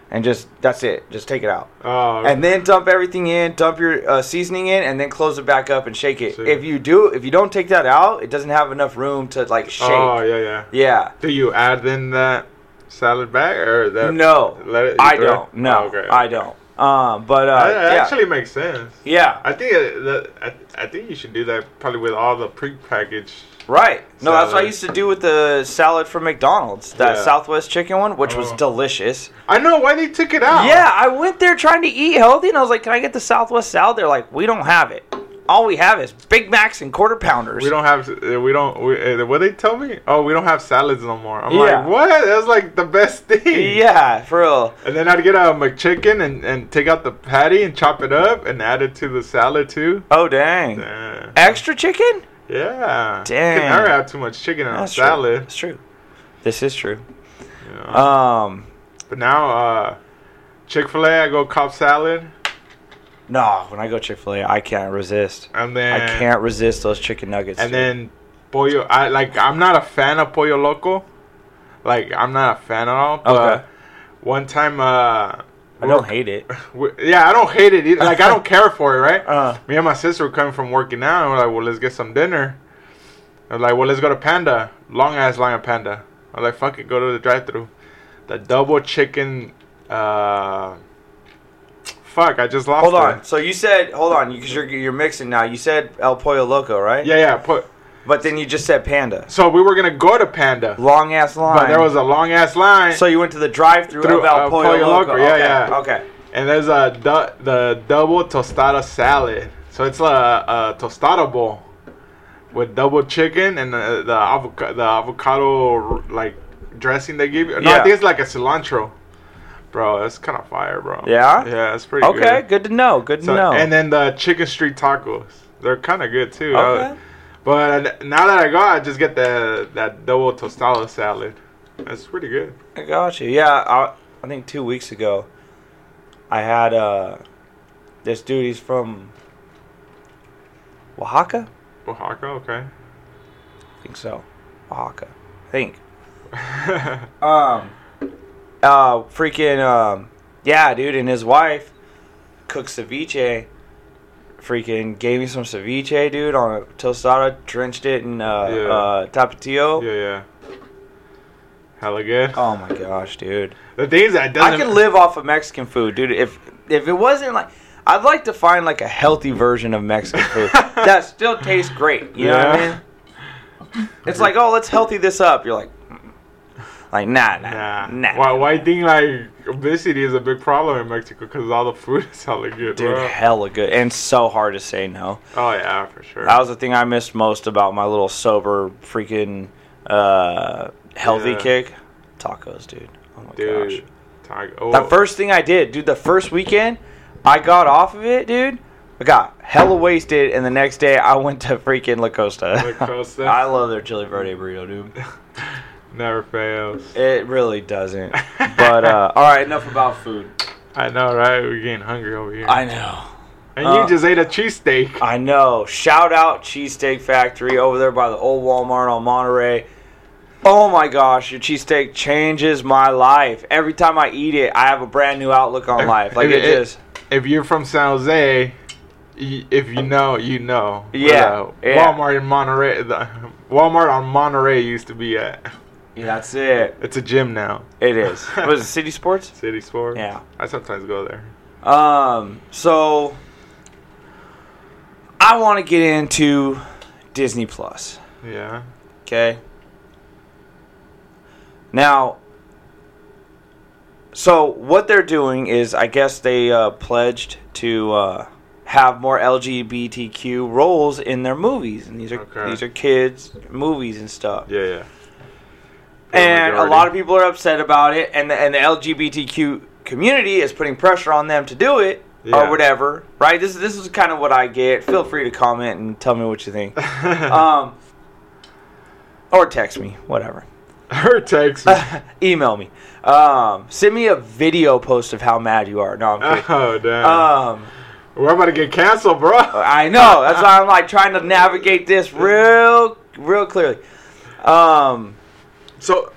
[SPEAKER 1] and just that's it. Just take it out.
[SPEAKER 2] Oh.
[SPEAKER 1] and then dump everything in, dump your uh, seasoning in, and then close it back up and shake it.
[SPEAKER 2] Sure.
[SPEAKER 1] If you do, if you don't take that out, it doesn't have enough room to like shake.
[SPEAKER 2] oh yeah yeah.
[SPEAKER 1] yeah.
[SPEAKER 2] Do you add in that salad bag or that?
[SPEAKER 1] no,
[SPEAKER 2] Let it.
[SPEAKER 1] I
[SPEAKER 2] or-
[SPEAKER 1] don't. No,
[SPEAKER 2] Oh, okay.
[SPEAKER 1] I don't. Um, but uh,
[SPEAKER 2] That, that
[SPEAKER 1] yeah,
[SPEAKER 2] actually makes sense.
[SPEAKER 1] yeah,
[SPEAKER 2] I think it- that I, I think you should do that probably with all the pre-packaged.
[SPEAKER 1] right. No, that's what I
[SPEAKER 2] Salad.
[SPEAKER 1] used to do with the salad from McDonald's, that
[SPEAKER 2] Yeah.
[SPEAKER 1] Southwest chicken one, which was
[SPEAKER 2] Oh.
[SPEAKER 1] delicious.
[SPEAKER 2] I know why they took it out.
[SPEAKER 1] Yeah, I went there trying to eat healthy, and I was like, "Can I get the Southwest salad?" They're like, "We don't have it." All we have is Big Macs and quarter pounders.
[SPEAKER 2] We don't have. uh, We don't. We, uh, what they tell me? Oh, we don't have salads no more. I'm
[SPEAKER 1] Yeah.
[SPEAKER 2] like, what? That's like the best thing.
[SPEAKER 1] Yeah, for real.
[SPEAKER 2] And then I'd get a McChicken and, and take out the patty and chop it up and add it to the salad too.
[SPEAKER 1] Oh dang.
[SPEAKER 2] Uh,
[SPEAKER 1] Extra chicken?
[SPEAKER 2] yeah. You
[SPEAKER 1] Dang.
[SPEAKER 2] can never have too much chicken on a
[SPEAKER 1] That's True.
[SPEAKER 2] salad.
[SPEAKER 1] That's true. This is true.
[SPEAKER 2] you know.
[SPEAKER 1] Um,
[SPEAKER 2] but now, uh, Chick Fil A, I go Cobb salad,
[SPEAKER 1] no, when I go Chick Fil A, I can't resist.
[SPEAKER 2] and then
[SPEAKER 1] I can't resist those chicken nuggets.
[SPEAKER 2] and
[SPEAKER 1] dude.
[SPEAKER 2] then pollo. I like. I'm not a fan of pollo loco. Like I'm not a fan at all. But
[SPEAKER 1] Okay.
[SPEAKER 2] One time, uh,
[SPEAKER 1] I don't hate it.
[SPEAKER 2] we- yeah, I don't hate it either. Like I don't care for it, right?
[SPEAKER 1] Uh,
[SPEAKER 2] Me and my sister were coming from working out, and we're like, well, let's get some dinner. I was like, well, let's go to Panda. Long ass line of Panda. I was like, fuck it, go to the drive thru. The double chicken. uh Fuck, I just lost
[SPEAKER 1] hold
[SPEAKER 2] it.
[SPEAKER 1] on. So you said, hold on, because you're you're mixing now. You said El Pollo Loco, right?
[SPEAKER 2] Yeah, yeah. Put,
[SPEAKER 1] But then you just said Panda.
[SPEAKER 2] so we were going to go to Panda,
[SPEAKER 1] Long ass line.
[SPEAKER 2] but there was a long ass line.
[SPEAKER 1] so you went to the drive-through
[SPEAKER 2] Through,
[SPEAKER 1] of El
[SPEAKER 2] uh,
[SPEAKER 1] Pollo,
[SPEAKER 2] Pollo
[SPEAKER 1] Loco.
[SPEAKER 2] Loco, yeah,
[SPEAKER 1] okay.
[SPEAKER 2] yeah.
[SPEAKER 1] Okay.
[SPEAKER 2] and there's a du- the double tostada salad. So it's a, a tostada bowl with double chicken and the, the avocado, the avocado like dressing they give you. No,
[SPEAKER 1] Yeah.
[SPEAKER 2] I think it's like a cilantro, bro. That's kind of fire, bro.
[SPEAKER 1] Yeah?
[SPEAKER 2] yeah, it's pretty good.
[SPEAKER 1] Okay. Good. to know. Good to
[SPEAKER 2] So-
[SPEAKER 1] know.
[SPEAKER 2] And then uh, the chicken street tacos. They're kind of good too. I-
[SPEAKER 1] Okay.
[SPEAKER 2] but now that I got, I just get the that double tostada salad. That's pretty good.
[SPEAKER 1] I got you. Yeah, I, I think two weeks ago, I had uh, this dude. He's from Oaxaca.
[SPEAKER 2] Oaxaca, okay.
[SPEAKER 1] I think so. Oaxaca. I think. Um. Uh, freaking. Um. Yeah, dude, and his wife cooked ceviche. Freaking gave me some ceviche, dude, on a tostada, drenched it in uh,
[SPEAKER 2] Yeah.
[SPEAKER 1] uh, tapatio.
[SPEAKER 2] Yeah, yeah. Hella good.
[SPEAKER 1] Oh my gosh, dude.
[SPEAKER 2] The thing is that doesn't.
[SPEAKER 1] I can live off of Mexican food, dude. If if it wasn't like, I'd like to find like a healthy version of Mexican food that still tastes great. You know what I
[SPEAKER 2] Yeah.
[SPEAKER 1] mean? It's like, oh, let's healthy this up. You're like, mm. like nah, nah,
[SPEAKER 2] Nah.
[SPEAKER 1] nah,
[SPEAKER 2] Why? Why you think like obesity is a big problem in Mexico? Because all the food is hella good,
[SPEAKER 1] dude,
[SPEAKER 2] bro.
[SPEAKER 1] hella good and so hard to say no.
[SPEAKER 2] Oh yeah, for sure.
[SPEAKER 1] That was the thing I missed most about my little sober freaking uh, healthy
[SPEAKER 2] Yeah.
[SPEAKER 1] kick, tacos, dude. Oh my gosh.
[SPEAKER 2] dude. Tag- oh,
[SPEAKER 1] The first thing I did, dude, the first weekend I got off of it, dude, I got hella wasted, and the next day I went to freaking La Costa.
[SPEAKER 2] La Costa.
[SPEAKER 1] I love their chili verde burrito, dude.
[SPEAKER 2] never fails.
[SPEAKER 1] It really doesn't. But uh, all right, enough about food.
[SPEAKER 2] I know, right? We're getting hungry over here.
[SPEAKER 1] I know,
[SPEAKER 2] and
[SPEAKER 1] uh,
[SPEAKER 2] you just ate a cheesesteak.
[SPEAKER 1] I know. Shout out Cheesesteak Factory over there by the old Walmart on Monterey. Oh my gosh, your cheesesteak changes my life. Every time I eat it, I have a brand new outlook on life. Like it just.
[SPEAKER 2] If you're from San Jose, y- if you know, you know. Where
[SPEAKER 1] Yeah,
[SPEAKER 2] the
[SPEAKER 1] yeah.
[SPEAKER 2] Walmart in Monterey. The Walmart on Monterey used to be at.
[SPEAKER 1] Yeah, that's it.
[SPEAKER 2] It's a gym now.
[SPEAKER 1] It is. Was it City Sports?
[SPEAKER 2] City Sports.
[SPEAKER 1] Yeah.
[SPEAKER 2] I sometimes go there.
[SPEAKER 1] Um, so I want to get into Disney Plus.
[SPEAKER 2] Yeah.
[SPEAKER 1] Okay. Now, so what they're doing is, I guess they uh, pledged to uh, have more LGBTQ roles in their movies, and these are
[SPEAKER 2] Okay.
[SPEAKER 1] these are kids movies and stuff.
[SPEAKER 2] Yeah, yeah.
[SPEAKER 1] and a lot of people are upset about it, and the, and the LGBTQ community is putting pressure on them to do it or
[SPEAKER 2] Yeah.
[SPEAKER 1] whatever, right? This this is kind of what I get. Feel free to comment and tell me what you think,
[SPEAKER 2] people.
[SPEAKER 1] um, or text me, whatever,
[SPEAKER 2] Her text. me.
[SPEAKER 1] email me, um, send me a video post of how mad you are. No, I'm kidding.
[SPEAKER 2] oh damn.
[SPEAKER 1] Um,
[SPEAKER 2] We're about to get canceled, bro.
[SPEAKER 1] I know. That's why I'm like trying to navigate this real, real clearly. Um,
[SPEAKER 2] so,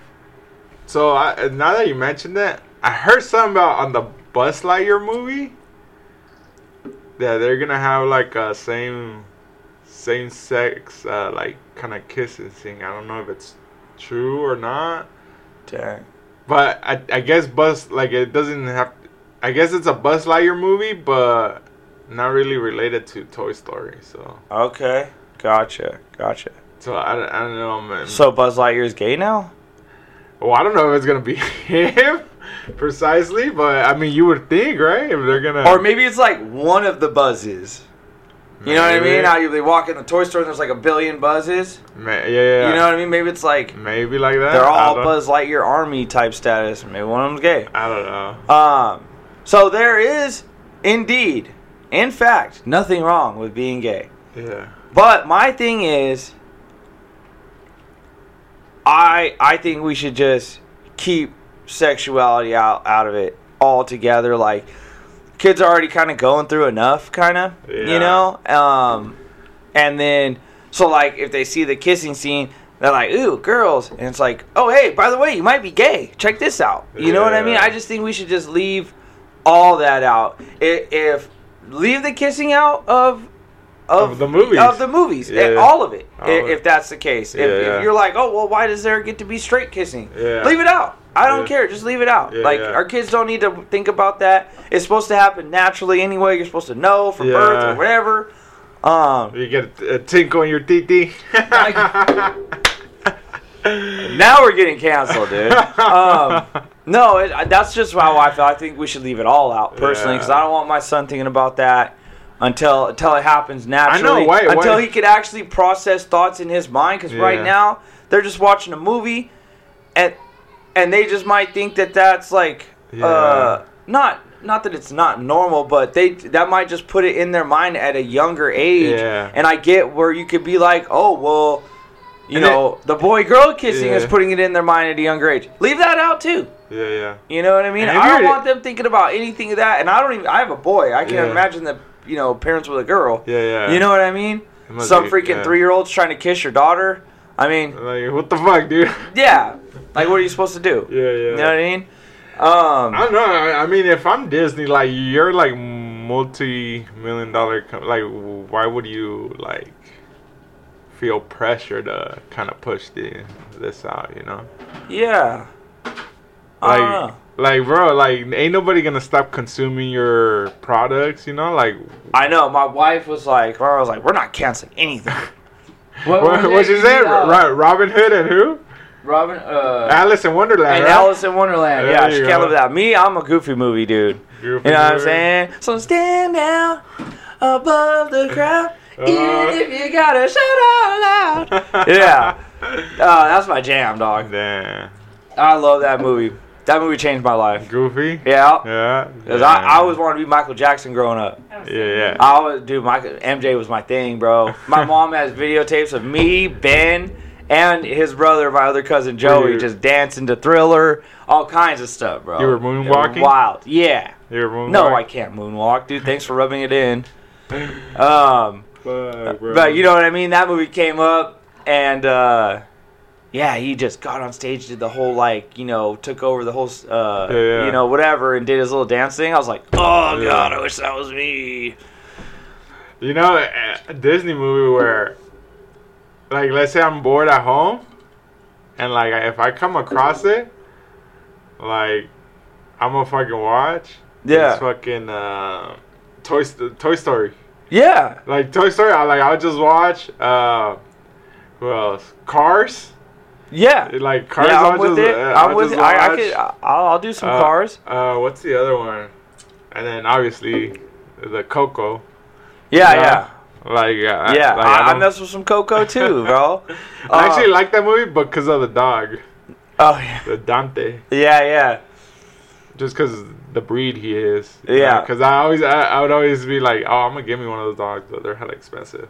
[SPEAKER 2] so I, now that you mentioned that, I heard something about on the Buzz Lightyear movie that they're gonna have like a same, same sex uh, like kind of kissing thing. I don't know if it's true or not,
[SPEAKER 1] dang.
[SPEAKER 2] but I, I guess Buzz like it doesn't have. I guess it's a Buzz Lightyear movie, but not really related to Toy Story. So,
[SPEAKER 1] Okay, gotcha, gotcha.
[SPEAKER 2] so I, don't- I don't know, man.
[SPEAKER 1] So Buzz Lightyear is gay now?
[SPEAKER 2] Well, I don't know if it's gonna be him precisely, but I mean, you would think, right? If they're gonna,
[SPEAKER 1] Or maybe it's like one of the buzzes. You know what I
[SPEAKER 2] Maybe.
[SPEAKER 1] mean? How you they walk in the toy store and there's like a billion buzzes.
[SPEAKER 2] Ma- yeah, yeah. Mm-hmm.
[SPEAKER 1] You know what I mean? Maybe it's like
[SPEAKER 2] Maybe like that.
[SPEAKER 1] they're
[SPEAKER 2] I
[SPEAKER 1] all
[SPEAKER 2] don't-
[SPEAKER 1] Buzz Lightyear army type status. Maybe one of them's gay.
[SPEAKER 2] I don't know.
[SPEAKER 1] Um, so there is indeed, in fact, nothing wrong with being gay.
[SPEAKER 2] Yeah.
[SPEAKER 1] But my thing is, I I think we should just keep sexuality out out of it altogether. Like kids are already kind of going through enough, kind of
[SPEAKER 2] Yeah.
[SPEAKER 1] you know. Um, and then so like if they see the kissing scene. They're like, ooh, girls, and it's like, oh, hey, by the way, you might be gay. Check this out. You know what I mean?
[SPEAKER 2] Yeah.
[SPEAKER 1] I just think we should just leave all that out. If, if leave the kissing out of
[SPEAKER 2] Of the movies.
[SPEAKER 1] of the movies,
[SPEAKER 2] Yeah.
[SPEAKER 1] eh, all of it. i-
[SPEAKER 2] All of it.
[SPEAKER 1] if that's the case, if,
[SPEAKER 2] Yeah,
[SPEAKER 1] if
[SPEAKER 2] yeah.
[SPEAKER 1] you're like, oh well, why does there get to be straight kissing?
[SPEAKER 2] Yeah.
[SPEAKER 1] Leave it out. I don't
[SPEAKER 2] Yeah.
[SPEAKER 1] care. Just leave it out.
[SPEAKER 2] Yeah,
[SPEAKER 1] like
[SPEAKER 2] yeah.
[SPEAKER 1] our kids don't need to think about that. It's supposed to happen naturally anyway. You're supposed to know from
[SPEAKER 2] Yeah.
[SPEAKER 1] birth or whatever. Um,
[SPEAKER 2] You get a tinkle in your tee
[SPEAKER 1] now we're getting canceled, dude. um, no, it, I- that's just how I feel. I think we should leave it all out personally because
[SPEAKER 2] Yeah.
[SPEAKER 1] I don't want my son thinking about that until until it happens naturally.
[SPEAKER 2] why- why-
[SPEAKER 1] until he could actually process thoughts in his mind. Because right
[SPEAKER 2] Yeah.
[SPEAKER 1] now they're just watching a movie, and and they just might think that that's like
[SPEAKER 2] Yeah.
[SPEAKER 1] uh, not not that it's not normal, but they that might just put it in their mind at a younger age.
[SPEAKER 2] Yeah.
[SPEAKER 1] And I get where you could be like, oh well. You
[SPEAKER 2] And it-
[SPEAKER 1] know, the boy girl kissing is
[SPEAKER 2] Yeah.
[SPEAKER 1] putting it in their mind at a younger age. Leave that out too.
[SPEAKER 2] yeah, yeah.
[SPEAKER 1] You know what I mean?
[SPEAKER 2] And if
[SPEAKER 1] I don't
[SPEAKER 2] you're-
[SPEAKER 1] want them thinking about anything of that. And I don't even. I have a boy. I can't
[SPEAKER 2] Yeah.
[SPEAKER 1] imagine the you know parents with a girl.
[SPEAKER 2] Yeah, yeah.
[SPEAKER 1] You know what I mean?
[SPEAKER 2] It must
[SPEAKER 1] Some
[SPEAKER 2] be-
[SPEAKER 1] freaking
[SPEAKER 2] yeah.
[SPEAKER 1] three year olds trying to kiss your daughter. I mean,
[SPEAKER 2] Like, what the fuck, dude?
[SPEAKER 1] yeah. Like, what are you supposed to do?
[SPEAKER 2] Yeah, yeah.
[SPEAKER 1] You know what I mean? Um,
[SPEAKER 2] I don't know. I, I mean, if I'm Disney, like, you're like multi-million dollar. Com- like, why would you like feel pressure to kind of push the this out? You know,
[SPEAKER 1] yeah. I
[SPEAKER 2] like,
[SPEAKER 1] don't know.
[SPEAKER 2] like, bro, like, ain't nobody gonna stop consuming your products. You know, like,
[SPEAKER 1] I know. My wife was like, I was like, we're not canceling anything. Oh,
[SPEAKER 3] What,
[SPEAKER 2] what, what you say?
[SPEAKER 1] uh,
[SPEAKER 2] Right, Robin Hood and who?
[SPEAKER 3] Robin. Uh,
[SPEAKER 2] Alice in Wonderland.
[SPEAKER 1] And
[SPEAKER 2] right?
[SPEAKER 1] Alice in Wonderland.
[SPEAKER 2] There
[SPEAKER 1] yeah,
[SPEAKER 2] you
[SPEAKER 1] she
[SPEAKER 2] go.
[SPEAKER 1] can't live without me. I'm a goofy movie dude.
[SPEAKER 2] Goofy
[SPEAKER 1] You know what I'm
[SPEAKER 2] dude.
[SPEAKER 1] saying? So stand out above the crowd,
[SPEAKER 2] Uh-huh.
[SPEAKER 1] even if you gotta shout out loud. yeah, uh, that's my jam, dog.
[SPEAKER 2] Damn.
[SPEAKER 1] I love that movie. That movie changed my life.
[SPEAKER 2] Goofy.
[SPEAKER 1] Yeah,
[SPEAKER 2] Yeah.
[SPEAKER 1] 'Cause
[SPEAKER 2] yeah.
[SPEAKER 1] I, I always wanted to be Michael Jackson growing up.
[SPEAKER 2] Yeah, yeah.
[SPEAKER 1] I always, dude, Michael MJ was my thing, bro. My mom has videotapes of me, Ben, and his brother, my other cousin Joey,
[SPEAKER 2] you-
[SPEAKER 1] just dancing to Thriller, all kinds of stuff, bro.
[SPEAKER 2] You were
[SPEAKER 1] It was
[SPEAKER 2] moonwalking?
[SPEAKER 1] Wild, yeah.
[SPEAKER 2] You're moving
[SPEAKER 1] No, I
[SPEAKER 2] like-
[SPEAKER 1] can't moonwalk, dude. Thanks for rubbing it in. Um,
[SPEAKER 2] Fuck, bro.
[SPEAKER 1] but you know what I mean. That movie came up, and uh, yeah, he just got on stage, did the whole like, you know, took over the whole, uh,
[SPEAKER 2] Yeah, yeah.
[SPEAKER 1] you know, whatever, and did his little dance thing. I was like, oh
[SPEAKER 2] Yeah.
[SPEAKER 1] god, I wish that was me.
[SPEAKER 2] You know, a a Disney movie where, like, let's say I'm bored at home, and like, if I come across it, like, I'm gonna fucking watch.
[SPEAKER 1] Yeah.
[SPEAKER 2] It's fucking uh, Toy Sto- Toy Story.
[SPEAKER 1] Yeah,
[SPEAKER 2] Like Toy Story, I like. I'll just watch. Uh, who else? Cars.
[SPEAKER 1] yeah.
[SPEAKER 2] Like Cars.
[SPEAKER 1] Yeah,
[SPEAKER 2] I'll
[SPEAKER 1] I'm with
[SPEAKER 2] just,
[SPEAKER 1] it.
[SPEAKER 2] uh,
[SPEAKER 1] I'm
[SPEAKER 2] I'll
[SPEAKER 1] with it.
[SPEAKER 2] just
[SPEAKER 1] I, I
[SPEAKER 2] watch.
[SPEAKER 1] could. I- I'll, I'll do some
[SPEAKER 2] Uh,
[SPEAKER 1] cars.
[SPEAKER 2] Uh, what's the other one? And then obviously, the Coco.
[SPEAKER 1] Yeah,
[SPEAKER 2] yeah.
[SPEAKER 1] yeah,
[SPEAKER 2] Like uh,
[SPEAKER 1] yeah.
[SPEAKER 2] like,
[SPEAKER 1] I, I,
[SPEAKER 2] don't-
[SPEAKER 1] mess with some Coco too, bro.
[SPEAKER 2] I actually
[SPEAKER 1] Uh,
[SPEAKER 2] like that movie, but because of the dog,
[SPEAKER 1] oh yeah,
[SPEAKER 2] the Dante,
[SPEAKER 1] yeah, yeah.
[SPEAKER 2] just because the breed he is.
[SPEAKER 1] Yeah.
[SPEAKER 2] Because I always, I, I would always be like, oh, I'm gonna give me one of those dogs, but they're hella expensive.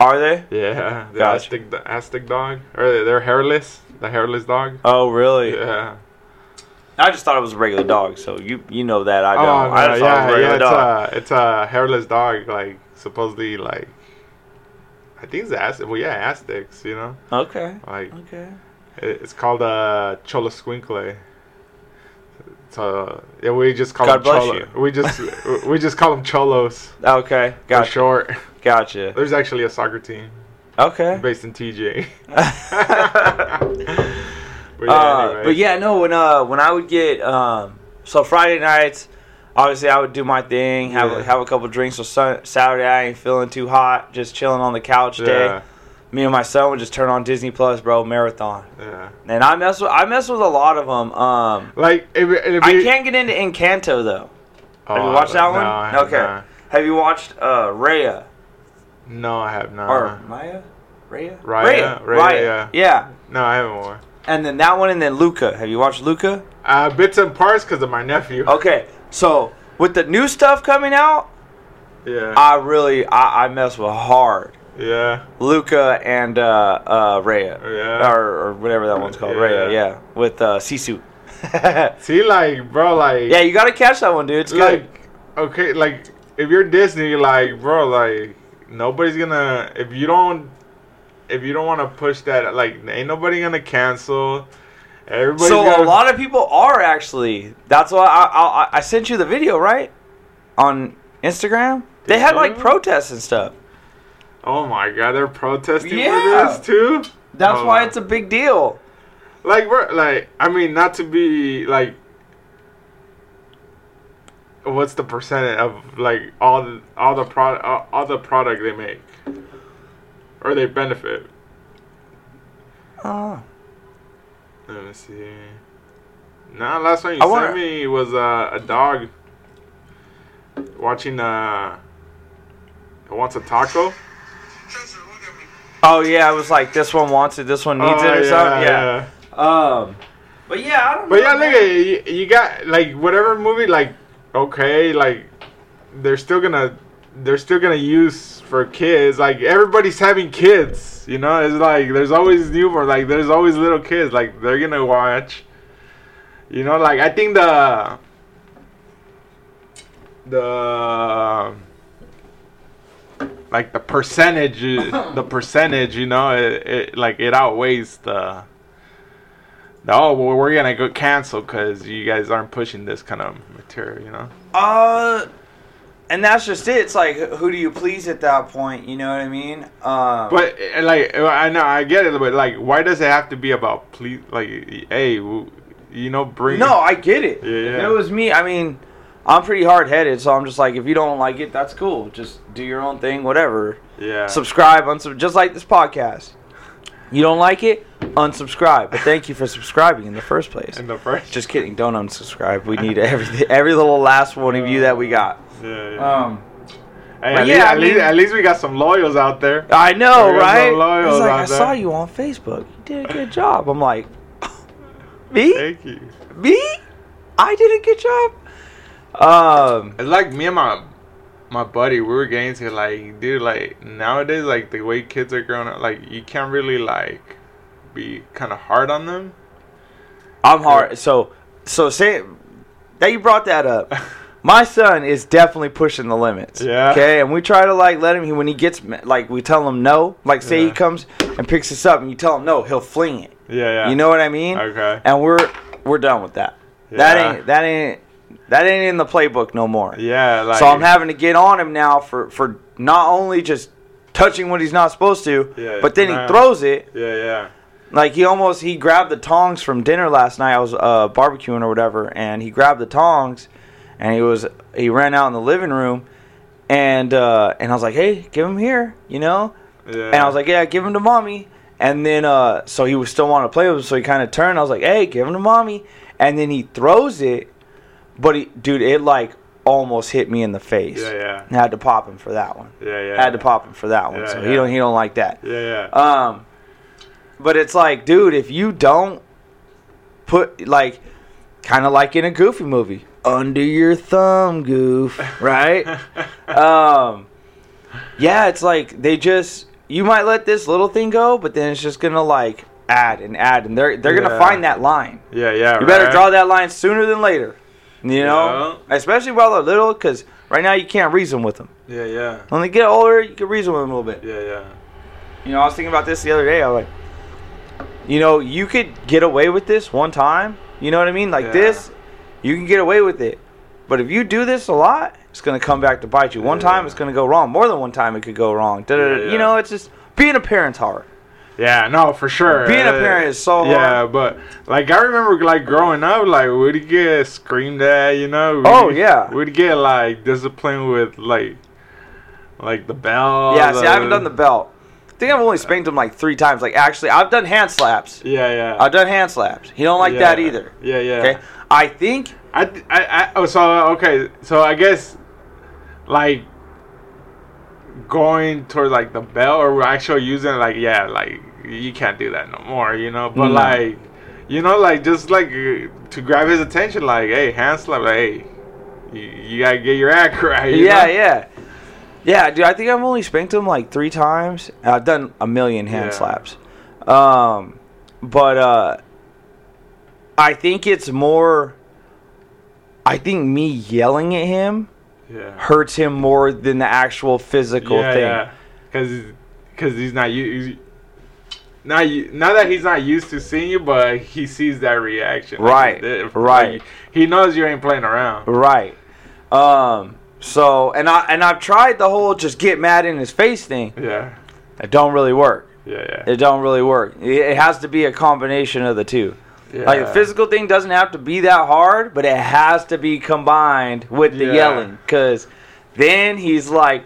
[SPEAKER 1] Are they?
[SPEAKER 2] Yeah. The
[SPEAKER 1] Gotcha.
[SPEAKER 2] Aztec, the Aztec dog, or they- they're hairless, the hairless dog.
[SPEAKER 1] Oh really?
[SPEAKER 2] Yeah.
[SPEAKER 1] I just thought it was a regular dog, so you you know that I don't.
[SPEAKER 2] Oh
[SPEAKER 1] I
[SPEAKER 2] no,
[SPEAKER 1] just thought it
[SPEAKER 2] yeah,
[SPEAKER 1] was a
[SPEAKER 2] yeah.
[SPEAKER 1] regular
[SPEAKER 2] It's
[SPEAKER 1] dog.
[SPEAKER 2] a, it's a hairless dog, like supposedly like. I think it's Aztec. Well, yeah, Aztecs. You know,
[SPEAKER 1] okay.
[SPEAKER 2] like
[SPEAKER 1] Okay.
[SPEAKER 2] It- It's called uh, Cholo Squinkle. So yeah, we just call
[SPEAKER 1] God
[SPEAKER 2] them
[SPEAKER 1] bless
[SPEAKER 2] Cholo.
[SPEAKER 1] you.
[SPEAKER 2] We just we just call them Cholos
[SPEAKER 1] Okay.
[SPEAKER 2] for
[SPEAKER 1] Gotcha.
[SPEAKER 2] short.
[SPEAKER 1] Gotcha.
[SPEAKER 2] There's actually a soccer team
[SPEAKER 1] Okay.
[SPEAKER 2] based in TJ.
[SPEAKER 1] uh,
[SPEAKER 2] But yeah, anyway.
[SPEAKER 1] but yeah, no. When uh when I would get um so Friday nights, obviously I would do my thing, have
[SPEAKER 2] Yeah.
[SPEAKER 1] a, have a couple drinks. So sun, Saturday I ain't feeling too hot, just chilling on the couch day.
[SPEAKER 2] yeah,
[SPEAKER 1] Me and my son would just turn on Disney Plus, bro, marathon.
[SPEAKER 2] yeah.
[SPEAKER 1] And I mess with I mess with a lot of them. Um,
[SPEAKER 2] Like if, if
[SPEAKER 1] I
[SPEAKER 2] you-
[SPEAKER 1] can't get into Encanto though.
[SPEAKER 2] Oh,
[SPEAKER 1] Have you
[SPEAKER 2] I
[SPEAKER 1] watched that
[SPEAKER 2] don't-
[SPEAKER 1] one?
[SPEAKER 2] no, I have
[SPEAKER 1] okay.
[SPEAKER 2] not.
[SPEAKER 1] Have you watched uh, Raya?
[SPEAKER 2] No, I have not.
[SPEAKER 1] or Maya, Raya,
[SPEAKER 2] Uh-huh. Raya, Raya, yeah.
[SPEAKER 1] yeah.
[SPEAKER 2] no, I haven't worn.
[SPEAKER 1] And then that one, and then Luca. Have you watched Luca?
[SPEAKER 2] Uh, bits and parts because of my nephew.
[SPEAKER 1] Okay, so with the new stuff coming out,
[SPEAKER 2] Yeah.
[SPEAKER 1] I really I, I mess with hard
[SPEAKER 2] yeah.
[SPEAKER 1] Luca and uh, uh, Raya,
[SPEAKER 2] Yeah.
[SPEAKER 1] or, or whatever that one's called, Raya.
[SPEAKER 2] Yeah.
[SPEAKER 1] Yeah, with uh, Sisu.
[SPEAKER 2] See, like, bro, like,
[SPEAKER 1] yeah, you gotta catch that one, dude. It's good.
[SPEAKER 2] like, okay, like, if you're Disney, like, bro, like, nobody's gonna if you don't if you don't want to push that, like, ain't nobody gonna cancel. Everybody's
[SPEAKER 1] so
[SPEAKER 2] gonna,
[SPEAKER 1] a lot of people are actually. That's why I, I I- I sent you the video right on Instagram. They
[SPEAKER 2] Did
[SPEAKER 1] had
[SPEAKER 2] you?
[SPEAKER 1] like protests and stuff.
[SPEAKER 2] Oh my god, they're protesting
[SPEAKER 1] Yeah.
[SPEAKER 2] for this too.
[SPEAKER 1] That's
[SPEAKER 2] Oh,
[SPEAKER 1] why
[SPEAKER 2] wow.
[SPEAKER 1] it's a big deal.
[SPEAKER 2] like bro, like I mean not to be like what's the percentage of like all the, all the product all, all the product they make or they benefit
[SPEAKER 1] Oh.
[SPEAKER 2] let me see nah last one you
[SPEAKER 1] I
[SPEAKER 2] sent
[SPEAKER 1] wonder-
[SPEAKER 2] me was uh, a dog watching uh wants a taco
[SPEAKER 1] Oh yeah, it was like this one wants it, this one needs
[SPEAKER 2] Oh,
[SPEAKER 1] it or something. Yeah.
[SPEAKER 2] yeah.
[SPEAKER 1] Um, but yeah, I don't
[SPEAKER 2] But
[SPEAKER 1] know.
[SPEAKER 2] yeah,
[SPEAKER 1] man.
[SPEAKER 2] look, you, you got like whatever movie, like okay, like they're still gonna they're still gonna use for kids. Like everybody's having kids, you know. It's like there's always newborn, like there's always little kids, like they're gonna watch. You know, like I think the the like the percentage, the percentage, you know, it, it like it outweighs the oh well we're gonna go cancel because you guys aren't pushing this kind of material you know
[SPEAKER 1] Uh, and that's just it. It's like who do you please at that point? You know what I mean? Um,
[SPEAKER 2] but eh, like eh, i know i get it but like why does it have to be about please like eh, hey w- you know bring
[SPEAKER 1] no, I get it.
[SPEAKER 2] Yeah,
[SPEAKER 1] If
[SPEAKER 2] yeah.
[SPEAKER 1] it was me, I mean, I'm pretty hard headed, so I'm just like, if you don't like it, that's cool. Just do your own thing, whatever.
[SPEAKER 2] yeah
[SPEAKER 1] Subscribe, unsub, just like this podcast. You don't like it, unsubscribe. But thank you for subscribing in the first place.
[SPEAKER 2] in the first
[SPEAKER 1] Just kidding. Don't unsubscribe. We need every every little last one of you that we got.
[SPEAKER 2] yeah, yeah.
[SPEAKER 1] Um,
[SPEAKER 2] Hey,
[SPEAKER 1] but
[SPEAKER 2] at,
[SPEAKER 1] yeah,
[SPEAKER 2] least,
[SPEAKER 1] I
[SPEAKER 2] at, least,
[SPEAKER 1] mean-
[SPEAKER 2] at least we got some loyals out there
[SPEAKER 1] I know,
[SPEAKER 2] There is no
[SPEAKER 1] right?
[SPEAKER 2] loyals
[SPEAKER 1] It's like,
[SPEAKER 2] out
[SPEAKER 1] I saw
[SPEAKER 2] there."
[SPEAKER 1] you on Facebook. You did a good job. I'm like, me,
[SPEAKER 2] thank you
[SPEAKER 1] me, I did a good job. Um,
[SPEAKER 2] it's like me and my my buddy we were getting to like dude like nowadays like the way kids are growing up like you can't really like be kind of hard on them
[SPEAKER 1] I'm hard. So, so say that you brought that up. My son is definitely pushing the limits.
[SPEAKER 2] Yeah.
[SPEAKER 1] Okay, and we try to like let him. He, when he gets ma- like, we tell him no. Like, say he
[SPEAKER 2] Yeah.
[SPEAKER 1] comes and picks us up, and you tell him no, he'll fling it.
[SPEAKER 2] yeah yeah
[SPEAKER 1] You know what I mean?
[SPEAKER 2] okay
[SPEAKER 1] And we're we're done with that. That
[SPEAKER 2] Yeah.
[SPEAKER 1] ain't that ain't that ain't in the playbook no more.
[SPEAKER 2] yeah like
[SPEAKER 1] So I'm having to get on him now for for not only just touching what he's not supposed to,
[SPEAKER 2] Yeah,
[SPEAKER 1] but then
[SPEAKER 2] nah.
[SPEAKER 1] he throws it.
[SPEAKER 2] Yeah, yeah.
[SPEAKER 1] Like he almost he grabbed the tongs from dinner last night. I was uh, barbecuing or whatever, and he grabbed the tongs, and he was he ran out in the living room, and uh, and I was like, hey, give him here, you know.
[SPEAKER 2] Yeah.
[SPEAKER 1] And I was like, yeah, give him to mommy. And then, uh, so he was still wanting to play with him, so he kind of turned. I was like, hey, give him to mommy. And then he throws it, but he, dude, it like almost hit me in the face.
[SPEAKER 2] yeah, yeah,
[SPEAKER 1] And I had to pop him for that one.
[SPEAKER 2] yeah, yeah.
[SPEAKER 1] I had to pop him for that one.
[SPEAKER 2] Yeah,
[SPEAKER 1] so
[SPEAKER 2] yeah.
[SPEAKER 1] he don't he don't like that.
[SPEAKER 2] Yeah, yeah.
[SPEAKER 1] Um, but it's like, dude, if you don't put like, kind of like in a Goofy movie, under your thumb, Goof, right? um, yeah, it's like they just you might let this little thing go, but then it's just gonna like add and add, and they're they're
[SPEAKER 2] Yeah.
[SPEAKER 1] gonna find that line.
[SPEAKER 2] yeah, yeah.
[SPEAKER 1] You better
[SPEAKER 2] right?
[SPEAKER 1] draw that line sooner than later. You know, especially while they're little, because right now you can't reason with them.
[SPEAKER 2] Yeah, yeah.
[SPEAKER 1] When they get older, you can reason with them a little bit.
[SPEAKER 2] Yeah, yeah.
[SPEAKER 1] You know, I was thinking about this the other day. I was like, you know, you could get away with this one time. You know what I mean? Like
[SPEAKER 2] Yeah.
[SPEAKER 1] this, you can get away with it. But if you do this a lot, it's gonna come back to bite you. One time,
[SPEAKER 2] Yeah.
[SPEAKER 1] it's gonna go wrong. More than one time, it could go wrong. Da, da, da.
[SPEAKER 2] Yeah, yeah.
[SPEAKER 1] You know, it's just being a parent's hard.
[SPEAKER 2] Yeah, no, for sure.
[SPEAKER 1] Being a
[SPEAKER 2] Uh,
[SPEAKER 1] parent is so
[SPEAKER 2] Yeah,
[SPEAKER 1] hard.
[SPEAKER 2] but like I remember, like growing up, like we'd get screamed at, you know. We'd,
[SPEAKER 1] Oh, yeah.
[SPEAKER 2] We'd get like disciplined with like, like the bell.
[SPEAKER 1] yeah. See, I haven't done the belt. I think I've only spanked him like three times. Like actually, I've done hand slaps.
[SPEAKER 2] Yeah, yeah.
[SPEAKER 1] I've done hand slaps. He don't like
[SPEAKER 2] yeah.
[SPEAKER 1] that either.
[SPEAKER 2] Yeah, yeah.
[SPEAKER 1] Okay. I think
[SPEAKER 2] I, I, I, oh, so okay, so I guess, like, going toward like the belt or we're actually using like yeah like you can't do that no more you know but
[SPEAKER 1] No.
[SPEAKER 2] like you know like just like uh, to grab his attention like hey hand slap like hey you, you gotta get your act right you
[SPEAKER 1] yeah,
[SPEAKER 2] know?
[SPEAKER 1] yeah. Yeah, dude, I think I've only spanked him like three times. and I've done a million hand
[SPEAKER 2] Yeah.
[SPEAKER 1] slaps. Um, but uh, I think it's more. I think me yelling at him
[SPEAKER 2] yeah
[SPEAKER 1] hurts him more than the actual physical
[SPEAKER 2] yeah,
[SPEAKER 1] thing.
[SPEAKER 2] because because he's not you not you not that he's not used to seeing you but he sees that reaction
[SPEAKER 1] Right,
[SPEAKER 2] Like, the-
[SPEAKER 1] right.
[SPEAKER 2] like, he knows you ain't playing around
[SPEAKER 1] Right. Um, so, and, I, and I've tried the whole just get mad in his face thing.
[SPEAKER 2] yeah
[SPEAKER 1] It don't really work.
[SPEAKER 2] yeah yeah,
[SPEAKER 1] It don't really work. It- It has to be a combination of the two.
[SPEAKER 2] yeah.
[SPEAKER 1] Like the physical thing doesn't have to be that hard, but it has to be combined with the
[SPEAKER 2] Yeah.
[SPEAKER 1] yelling, because then he's like,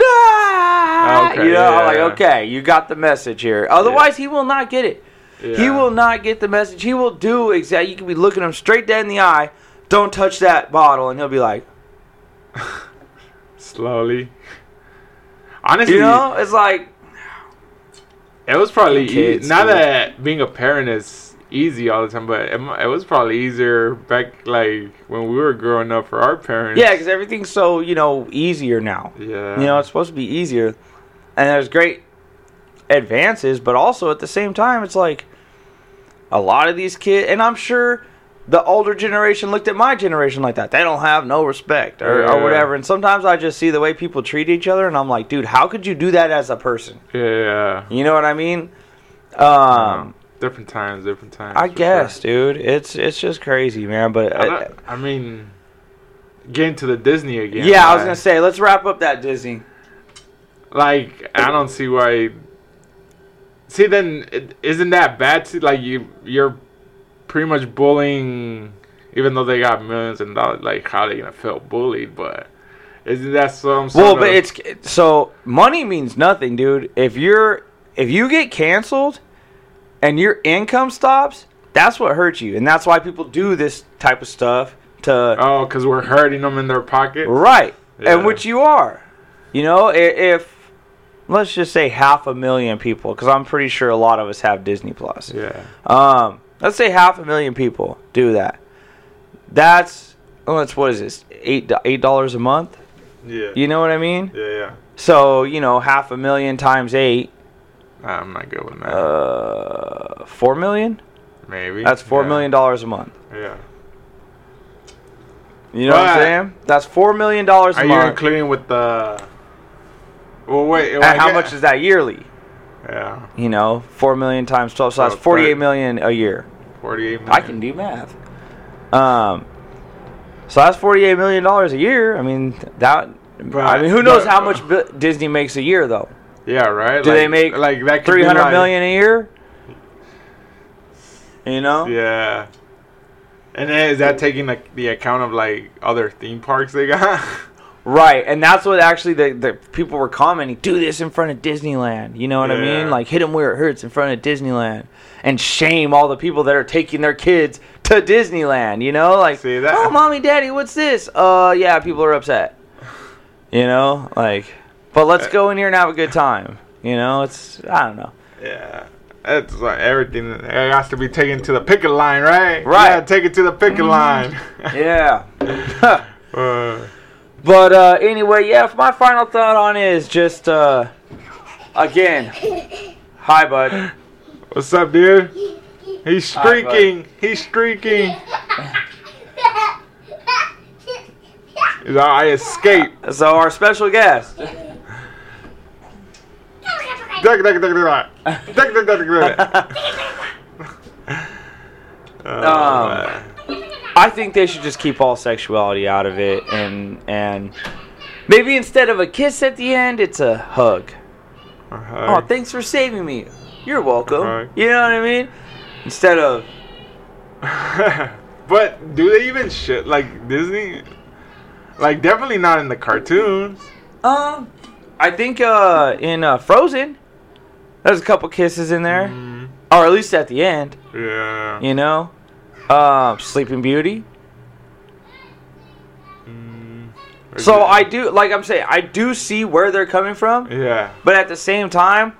[SPEAKER 1] ah!
[SPEAKER 2] Okay,
[SPEAKER 1] you know, I'm
[SPEAKER 2] yeah.
[SPEAKER 1] like okay, you got the message here. Otherwise, he will not get it. He
[SPEAKER 2] Yeah.
[SPEAKER 1] will not get the message. He will do exactly. You can be looking him straight dead in the eye. Don't touch that bottle, and he'll be like,
[SPEAKER 2] Slowly. Honestly,
[SPEAKER 1] you know, it's like
[SPEAKER 2] it was probably e-
[SPEAKER 1] Kids,
[SPEAKER 2] now
[SPEAKER 1] dude.
[SPEAKER 2] that being a parent is easy all the time, but it, mu- it was probably easier back like when we were growing up for our parents.
[SPEAKER 1] yeah, because everything's so you know easier now.
[SPEAKER 2] yeah,
[SPEAKER 1] You know, it's supposed to be easier. And there's great advances, but also at the same time, it's like a lot of these kids, and I'm sure the older generation looked at my generation like that. They don't have no respect or, or
[SPEAKER 2] Yeah.
[SPEAKER 1] whatever. And sometimes I just see the way people treat each other, and I'm like, dude, how could you do that as a person?
[SPEAKER 2] yeah,
[SPEAKER 1] You know what I mean?
[SPEAKER 2] Um,
[SPEAKER 1] Um,
[SPEAKER 2] different times, different times.
[SPEAKER 1] I
[SPEAKER 2] for
[SPEAKER 1] guess,
[SPEAKER 2] sure.
[SPEAKER 1] dude, it's it's just crazy, man. But
[SPEAKER 2] I,
[SPEAKER 1] uh,
[SPEAKER 2] don't- I mean, getting to the Disney again.
[SPEAKER 1] yeah, I was
[SPEAKER 2] like-
[SPEAKER 1] gonna say, let's wrap up that Disney.
[SPEAKER 2] Like I don't see why. See, then it, isn't that bad? See, like you, you're pretty much bullying, even though they got millions and dollars. Like how they gonna feel bullied? But isn't that some? Sort
[SPEAKER 1] Well,
[SPEAKER 2] of,
[SPEAKER 1] but it's so money means nothing, dude. If you're if you get canceled and your income stops, that's what hurts you, and that's why people do this type of stuff to
[SPEAKER 2] oh, because we're hurting them in their pocket.
[SPEAKER 1] right,
[SPEAKER 2] Yeah.
[SPEAKER 1] and which you are. You know, i- if let's just say half a million people, because I'm pretty sure a lot of us have Disney Plus.
[SPEAKER 2] Yeah,
[SPEAKER 1] Um, let's say half a million people do that. That's oh, that's what is this eight do- eight dollars a month?
[SPEAKER 2] yeah, yeah,
[SPEAKER 1] You know what I mean?
[SPEAKER 2] yeah.
[SPEAKER 1] So you know, half a million times eight,
[SPEAKER 2] Nah, I'm not good with that.
[SPEAKER 1] uh, four million.
[SPEAKER 2] Maybe
[SPEAKER 1] That's four
[SPEAKER 2] yeah.
[SPEAKER 1] million dollars a month.
[SPEAKER 2] Yeah.
[SPEAKER 1] You know what
[SPEAKER 2] But-
[SPEAKER 1] I'm saying? That's four million dollars
[SPEAKER 2] Are
[SPEAKER 1] a
[SPEAKER 2] you
[SPEAKER 1] month.
[SPEAKER 2] including with the? Well, wait.
[SPEAKER 1] And how much is that yearly?
[SPEAKER 2] Yeah,
[SPEAKER 1] You know, four million times twelve, so
[SPEAKER 2] So
[SPEAKER 1] that's forty-eight
[SPEAKER 2] thirty.
[SPEAKER 1] million a year.
[SPEAKER 2] forty-eight.
[SPEAKER 1] I can do math. Um, so that's forty-eight million dollars a year. I mean that. I
[SPEAKER 2] But-
[SPEAKER 1] mean, who knows
[SPEAKER 2] but-
[SPEAKER 1] how much Bi- Disney makes a year though?
[SPEAKER 2] Yeah, right.
[SPEAKER 1] Do they make
[SPEAKER 2] like that? could be
[SPEAKER 1] Three hundred
[SPEAKER 2] like-
[SPEAKER 1] million a year. You know?
[SPEAKER 2] Yeah. And then is that taking like the account of like other theme parks they got?
[SPEAKER 1] Right, and that's what actually the, the people were commenting. Do this in front of Disneyland. You know what I
[SPEAKER 2] Yeah.
[SPEAKER 1] mean? Like hit them where it hurts in front of Disneyland, and shame all the people that are taking their kids to Disneyland. You know, like
[SPEAKER 2] See that?
[SPEAKER 1] oh, mommy, daddy, what's this? Uh, yeah, people are upset. You know, like, but
[SPEAKER 2] Uh,
[SPEAKER 1] let's go in here and have a good time. You know, it's I don't know.
[SPEAKER 2] yeah. That's like everything it has to be taken to the picket line, right?
[SPEAKER 1] Right. Mm-hmm.
[SPEAKER 2] Yeah, take it to the picket line.
[SPEAKER 1] Yeah.
[SPEAKER 2] Uh,
[SPEAKER 1] But uh, anyway, yeah, my final thought on it is just uh, again, hi, bud.
[SPEAKER 2] what's up, dude? He's streaking. He's streaking. He's all, I escape.
[SPEAKER 1] So our special guest.
[SPEAKER 2] Duck, duck, duck, duck, duck. Duck, duck, duck, duck, duck. Oh,
[SPEAKER 1] Um,
[SPEAKER 2] man.
[SPEAKER 1] I think they should just keep all sexuality out of it, and and maybe instead of a kiss at the end, it's a hug. Oh,
[SPEAKER 2] Uh-huh.
[SPEAKER 1] thanks for saving me. You're welcome.
[SPEAKER 2] Right.
[SPEAKER 1] You know what I mean? Instead of
[SPEAKER 2] but do they even shit like Disney? Like definitely not in the cartoons.
[SPEAKER 1] um, I think uh in uh, Frozen, there's a couple kisses in there,
[SPEAKER 2] Mm-hmm.
[SPEAKER 1] or at least at the end.
[SPEAKER 2] Yeah.
[SPEAKER 1] You know, Uh, um, Sleeping Beauty.
[SPEAKER 2] Mm-hmm.
[SPEAKER 1] So I do, like I'm saying, I do see where they're coming from,
[SPEAKER 2] Yeah.
[SPEAKER 1] but at the same time,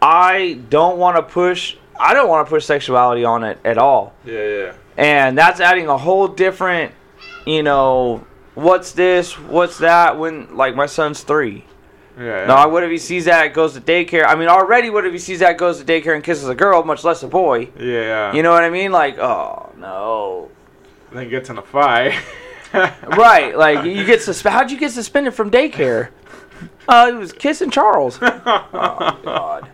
[SPEAKER 1] I don't want to push. I don't want to push sexuality on it at all,
[SPEAKER 2] Yeah, yeah.
[SPEAKER 1] and that's adding a whole different, you know, what's this, what's that? When like my son's three.
[SPEAKER 2] Yeah.
[SPEAKER 1] No, what if he sees that goes to daycare? I mean, already what if he sees that goes to daycare and kisses a girl, much less a boy?
[SPEAKER 2] yeah. yeah.
[SPEAKER 1] You know what I mean? Like, oh no.
[SPEAKER 2] Then gets in a fight.
[SPEAKER 1] Right, like you get sus- how'd you get suspended from daycare? Uh, it was kissing Charles. God.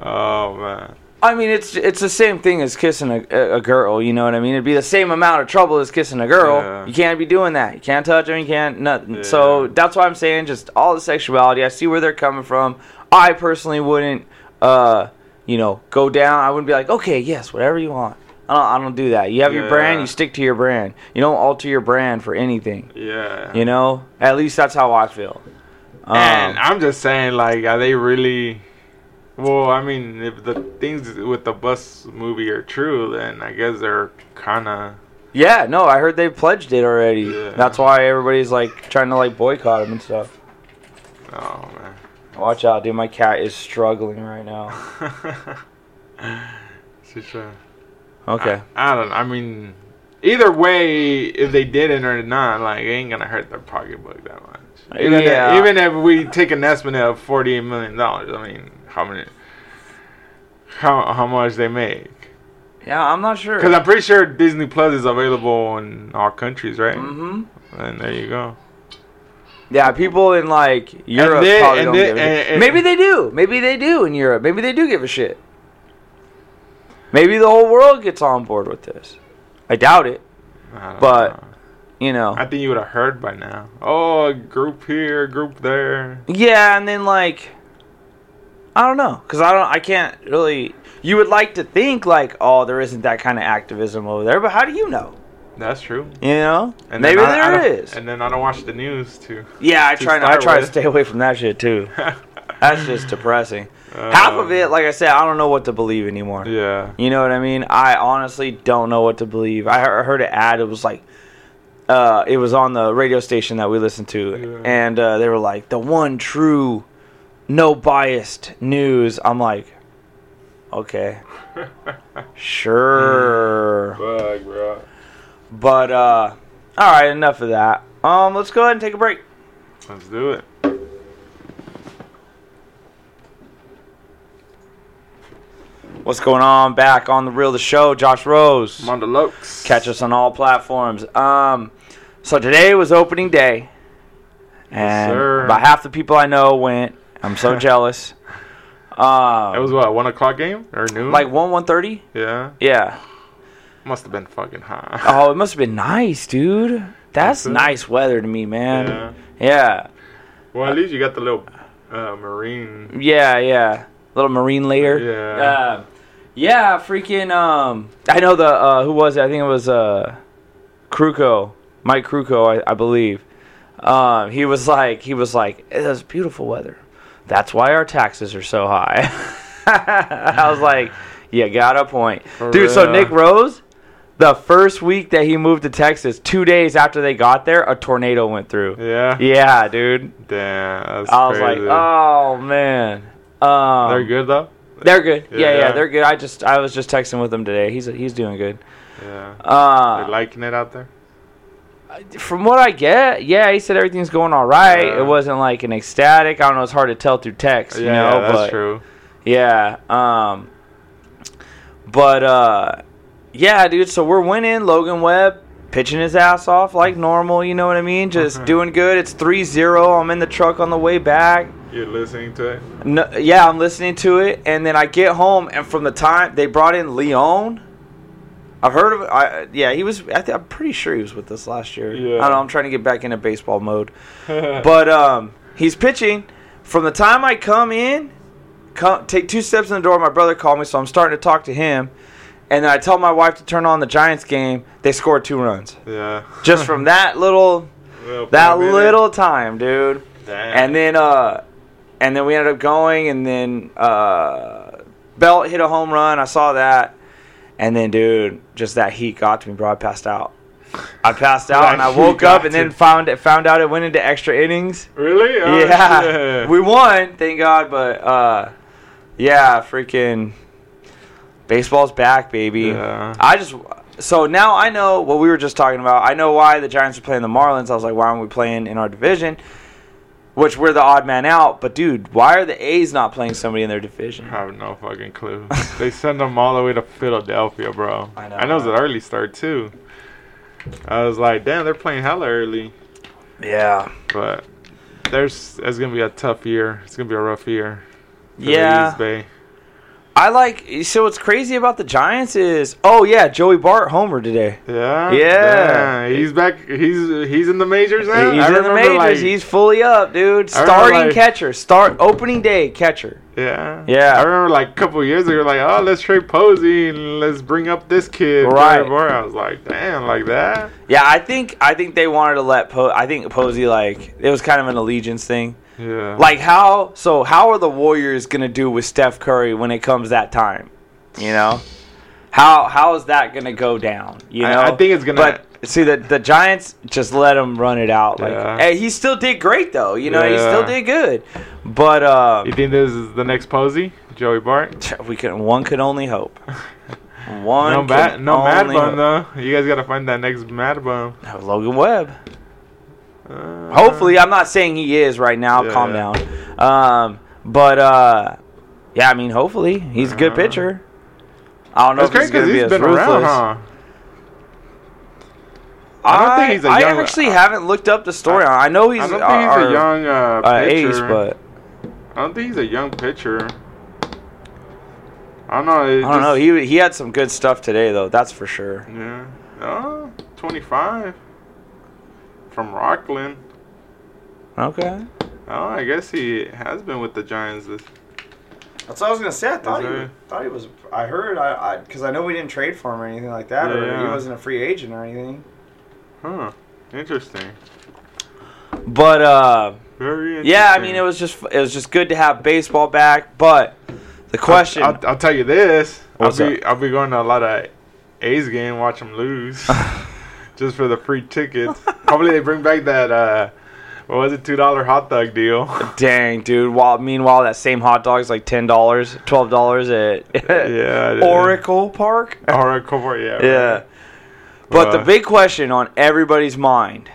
[SPEAKER 2] Oh man.
[SPEAKER 1] I mean, it's it's the same thing as kissing a, a- a girl. You know what I mean? It'd be the same amount of trouble as kissing a girl.
[SPEAKER 2] Yeah.
[SPEAKER 1] You can't be doing that. You can't touch her. You can't nothing. So
[SPEAKER 2] Yeah.
[SPEAKER 1] that's why I'm saying just all the sexuality. I see where they're coming from. I personally wouldn't, uh, you know, go down. I wouldn't be like, okay, yes, whatever you want. I don't, I don't do that. You have your brand.
[SPEAKER 2] Yeah.
[SPEAKER 1] You stick to your brand. You don't alter your brand for anything.
[SPEAKER 2] Yeah.
[SPEAKER 1] You know, at least that's how I feel. Um,
[SPEAKER 2] and I'm just saying, like, are they really? Well, I mean, if the things with the bus movie are true, then I guess they're kind of.
[SPEAKER 1] yeah, no, I heard they pledged it already.
[SPEAKER 2] Yeah.
[SPEAKER 1] That's why everybody's like trying to like boycott them and stuff.
[SPEAKER 2] Oh man.
[SPEAKER 1] Watch out, dude! My cat is struggling right now.
[SPEAKER 2] She's trying.
[SPEAKER 1] Okay.
[SPEAKER 2] I, I don't. I mean, either way, if they did it or not, like, it ain't gonna hurt their pocketbook that much. Even
[SPEAKER 1] Yeah.
[SPEAKER 2] if, even if we take an estimate of forty-eight million dollars, I mean, how many? How how much they make?
[SPEAKER 1] Yeah, I'm not sure.
[SPEAKER 2] Because I'm pretty sure Disney Plus is available in all countries, right?
[SPEAKER 1] hmm
[SPEAKER 2] And there you go.
[SPEAKER 1] Yeah, people in like Europe
[SPEAKER 2] they-
[SPEAKER 1] probably
[SPEAKER 2] and
[SPEAKER 1] don't
[SPEAKER 2] they-
[SPEAKER 1] give a shit.
[SPEAKER 2] and- and-
[SPEAKER 1] Maybe they do. Maybe they do in Europe. Maybe they do give a shit. Maybe the whole world gets on board with this. I doubt it.
[SPEAKER 2] I don't
[SPEAKER 1] But-
[SPEAKER 2] know.
[SPEAKER 1] You know.
[SPEAKER 2] I think you would have heard by now. Oh, group here, group there.
[SPEAKER 1] Yeah, and then like I don't know, cause I don't, I can't really. You would like to think like, oh, there isn't that kind of activism over there, but how do you know?
[SPEAKER 2] That's true.
[SPEAKER 1] You know,
[SPEAKER 2] And
[SPEAKER 1] maybe
[SPEAKER 2] then I- I
[SPEAKER 1] there
[SPEAKER 2] don't-
[SPEAKER 1] is.
[SPEAKER 2] And then I don't watch the news too.
[SPEAKER 1] yeah, I
[SPEAKER 2] to
[SPEAKER 1] try. I
[SPEAKER 2] start
[SPEAKER 1] try to
[SPEAKER 2] with.
[SPEAKER 1] stay away from that shit too. That's just depressing.
[SPEAKER 2] Uh,
[SPEAKER 1] Half of it, like I said, I don't know what to believe anymore.
[SPEAKER 2] Yeah.
[SPEAKER 1] You know what I mean? I honestly don't know what to believe. I he- heard an ad. It was like, uh, it was on the radio station that we listened to,
[SPEAKER 2] Yeah.
[SPEAKER 1] and uh, they were like, "The one true, no biased news." I'm like, okay, sure,
[SPEAKER 2] Fuck, bro.
[SPEAKER 1] but uh, all right, enough of that. Um, let's go ahead and take a break.
[SPEAKER 2] Let's do it.
[SPEAKER 1] What's going on? Back on the real the show, Josh Rose.
[SPEAKER 2] Mondelokes.
[SPEAKER 1] Catch us on all platforms. Um, so today was opening day, and
[SPEAKER 2] sir.
[SPEAKER 1] about half the people I know went. I'm so jealous. Um,
[SPEAKER 2] It was what one o'clock game or noon?
[SPEAKER 1] like one one thirty.
[SPEAKER 2] yeah.
[SPEAKER 1] Yeah.
[SPEAKER 2] Must have been fucking hot.
[SPEAKER 1] Oh, it must have been nice, dude. That's
[SPEAKER 2] sir.
[SPEAKER 1] nice weather to me,
[SPEAKER 2] yeah.
[SPEAKER 1] man. Yeah,
[SPEAKER 2] Well, at least you got the little uh, marine.
[SPEAKER 1] yeah, yeah. Little marine layer.
[SPEAKER 2] Yeah.
[SPEAKER 1] Uh, yeah, freaking. Um, I know the uh, who was it? I think it was uh, Kruko, Mike Kruko, I, I believe. Um, he was like, he was like, it was beautiful weather. That's why our taxes are so high. I was like, you got a point,
[SPEAKER 2] For
[SPEAKER 1] dude. So
[SPEAKER 2] real.
[SPEAKER 1] Nick Rose, the first week that he moved to Texas, two days after they got there, a tornado went through.
[SPEAKER 2] yeah.
[SPEAKER 1] Yeah, dude.
[SPEAKER 2] Damn. That's
[SPEAKER 1] I was
[SPEAKER 2] crazy.
[SPEAKER 1] like, oh man. Um,
[SPEAKER 2] They're good though.
[SPEAKER 1] they're good. Yeah, yeah,
[SPEAKER 2] Yeah.
[SPEAKER 1] they're good. I just I was just texting with him today. He's he's doing good.
[SPEAKER 2] Yeah. They're
[SPEAKER 1] Uh,
[SPEAKER 2] liking it out there.
[SPEAKER 1] from what I get, yeah, he said everything's going all right.
[SPEAKER 2] Yeah.
[SPEAKER 1] It wasn't like an ecstatic. I don't know. It's hard to tell through text.
[SPEAKER 2] Yeah,
[SPEAKER 1] you know,
[SPEAKER 2] yeah, that's
[SPEAKER 1] but,
[SPEAKER 2] true.
[SPEAKER 1] Yeah. Um. But uh, yeah, dude. So we're winning. Logan Webb pitching his ass off like normal. You know what I mean?
[SPEAKER 2] Mm-hmm.
[SPEAKER 1] Just doing good. It's 3-0. I'm in the truck on the way back.
[SPEAKER 2] You're listening to it.
[SPEAKER 1] No, yeah, I'm listening to it, and then I get home, and from the time they brought in Leon, I've heard of. I yeah, he was. I th- I'm pretty sure he was with us last year.
[SPEAKER 2] Yeah.
[SPEAKER 1] I don't know. I'm trying to get back into baseball mode, but um, he's pitching. From the time I come in, come take two steps in the door, my brother called me, so I'm starting to talk to him, and then I tell my wife to turn on the Giants game. They scored two runs
[SPEAKER 2] yeah.
[SPEAKER 1] just from that little
[SPEAKER 2] Little
[SPEAKER 1] that
[SPEAKER 2] bit.
[SPEAKER 1] little time, dude.
[SPEAKER 2] Damn.
[SPEAKER 1] And then uh and then we ended up going and then uh Belt hit a home run, I saw that. And then dude, just that heat got to me, bro. I passed out. I passed out
[SPEAKER 2] Yeah,
[SPEAKER 1] and I
[SPEAKER 2] you
[SPEAKER 1] woke
[SPEAKER 2] got
[SPEAKER 1] up and
[SPEAKER 2] to.
[SPEAKER 1] then found it found out it went into extra innings.
[SPEAKER 2] Really? Oh,
[SPEAKER 1] yeah,
[SPEAKER 2] shit.
[SPEAKER 1] we won, thank God. But uh, yeah, freaking baseball's back, baby.
[SPEAKER 2] Yeah.
[SPEAKER 1] I just so now I know what we were just talking about. I know why the Giants were playing the Marlins. I was like, why aren't we playing in our division? Which we're the odd man out. But dude, why are the A's not playing somebody in their division?
[SPEAKER 2] I have no fucking clue. they send them all the way to Philadelphia, bro.
[SPEAKER 1] I
[SPEAKER 2] I
[SPEAKER 1] know,
[SPEAKER 2] know. I know it's an
[SPEAKER 1] right?
[SPEAKER 2] early start too. I was like, damn, they're playing hella early,
[SPEAKER 1] Yeah,
[SPEAKER 2] but there's it's gonna be a tough year. It's gonna be a rough year. for the
[SPEAKER 1] yeah.
[SPEAKER 2] East Bay.
[SPEAKER 1] I like. So what's crazy about the Giants is, oh yeah, Joey Bart homer today.
[SPEAKER 2] Yeah.
[SPEAKER 1] Yeah.
[SPEAKER 2] Damn, He's back. He's he's in the majors now.
[SPEAKER 1] He's
[SPEAKER 2] I
[SPEAKER 1] in the majors.
[SPEAKER 2] remember, like-
[SPEAKER 1] He's fully up, dude.
[SPEAKER 2] I remember,
[SPEAKER 1] Starting
[SPEAKER 2] like-
[SPEAKER 1] catcher. Start opening day catcher.
[SPEAKER 2] Yeah.
[SPEAKER 1] Yeah.
[SPEAKER 2] I remember like a couple years ago, like, oh, let's trade Posey and let's bring up this kid.
[SPEAKER 1] Right.
[SPEAKER 2] Boy, I was like, damn, like that.
[SPEAKER 1] Yeah, I think I think they wanted to let po- I think Posey like it was kind of an allegiance thing.
[SPEAKER 2] Yeah.
[SPEAKER 1] Like how so how are the Warriors gonna do with Steph Curry when it comes that time? You know? How how is that gonna go down? You
[SPEAKER 2] I-
[SPEAKER 1] know?
[SPEAKER 2] I think it's gonna-
[SPEAKER 1] But see the the Giants just let him run it out. Like
[SPEAKER 2] Yeah.
[SPEAKER 1] and he still did great though, you know, he still
[SPEAKER 2] Yeah.
[SPEAKER 1] did good. But uh
[SPEAKER 2] You think this is the next Posey, Joey Bart?
[SPEAKER 1] we can one could only hope. One
[SPEAKER 2] No
[SPEAKER 1] can
[SPEAKER 2] bad, no mad
[SPEAKER 1] only hope.
[SPEAKER 2] bum though. You guys gotta find that next mad bum.
[SPEAKER 1] Logan Webb.
[SPEAKER 2] Uh,
[SPEAKER 1] Hopefully, I'm not saying he is right now.
[SPEAKER 2] Yeah,
[SPEAKER 1] Calm
[SPEAKER 2] yeah.
[SPEAKER 1] down. Um, but uh, yeah, I mean, hopefully he's a good
[SPEAKER 2] Uh,
[SPEAKER 1] pitcher. I don't know
[SPEAKER 2] That's
[SPEAKER 1] if he's
[SPEAKER 2] crazy
[SPEAKER 1] going
[SPEAKER 2] because
[SPEAKER 1] to be
[SPEAKER 2] he's
[SPEAKER 1] as
[SPEAKER 2] been
[SPEAKER 1] ruthless.
[SPEAKER 2] around, huh? I don't think he's a
[SPEAKER 1] I
[SPEAKER 2] young-
[SPEAKER 1] actually
[SPEAKER 2] I-
[SPEAKER 1] haven't looked up the story. I, know he's,
[SPEAKER 2] I don't think
[SPEAKER 1] our,
[SPEAKER 2] he's a
[SPEAKER 1] our,
[SPEAKER 2] young uh,
[SPEAKER 1] uh,
[SPEAKER 2] pitcher.
[SPEAKER 1] ace, but
[SPEAKER 2] I don't think he's a young pitcher. I don't know. it
[SPEAKER 1] I don't know.
[SPEAKER 2] just-
[SPEAKER 1] He he had some good stuff today, though. That's for sure.
[SPEAKER 2] Yeah. Oh, 25. From Rockland.
[SPEAKER 1] Okay.
[SPEAKER 2] Oh, I guess he has been with the Giants. This,
[SPEAKER 1] That's what I was gonna say. I
[SPEAKER 2] thought he there-
[SPEAKER 1] thought he was. I heard. I because I, know we didn't trade for him or anything like that,
[SPEAKER 2] or Yeah. he wasn't
[SPEAKER 1] a free agent or anything.
[SPEAKER 2] huh. Interesting.
[SPEAKER 1] But uh,
[SPEAKER 2] Very interesting.
[SPEAKER 1] Yeah, I mean it was just it was just good to have baseball back, but the question
[SPEAKER 2] I'll, I'll tell you this.
[SPEAKER 1] What's
[SPEAKER 2] I'll be I'll be going to a lot of A's game, watch them lose, just for the free tickets. Probably they bring back that uh, what was it, two dollar hot dog deal?
[SPEAKER 1] dang dude, while meanwhile that same hot dog's like ten dollars, twelve dollars at
[SPEAKER 2] yeah. it is.
[SPEAKER 1] Oracle Park.
[SPEAKER 2] Oracle, Park, yeah.
[SPEAKER 1] Yeah.
[SPEAKER 2] right.
[SPEAKER 1] But the
[SPEAKER 2] Well.
[SPEAKER 1] big question on everybody's mind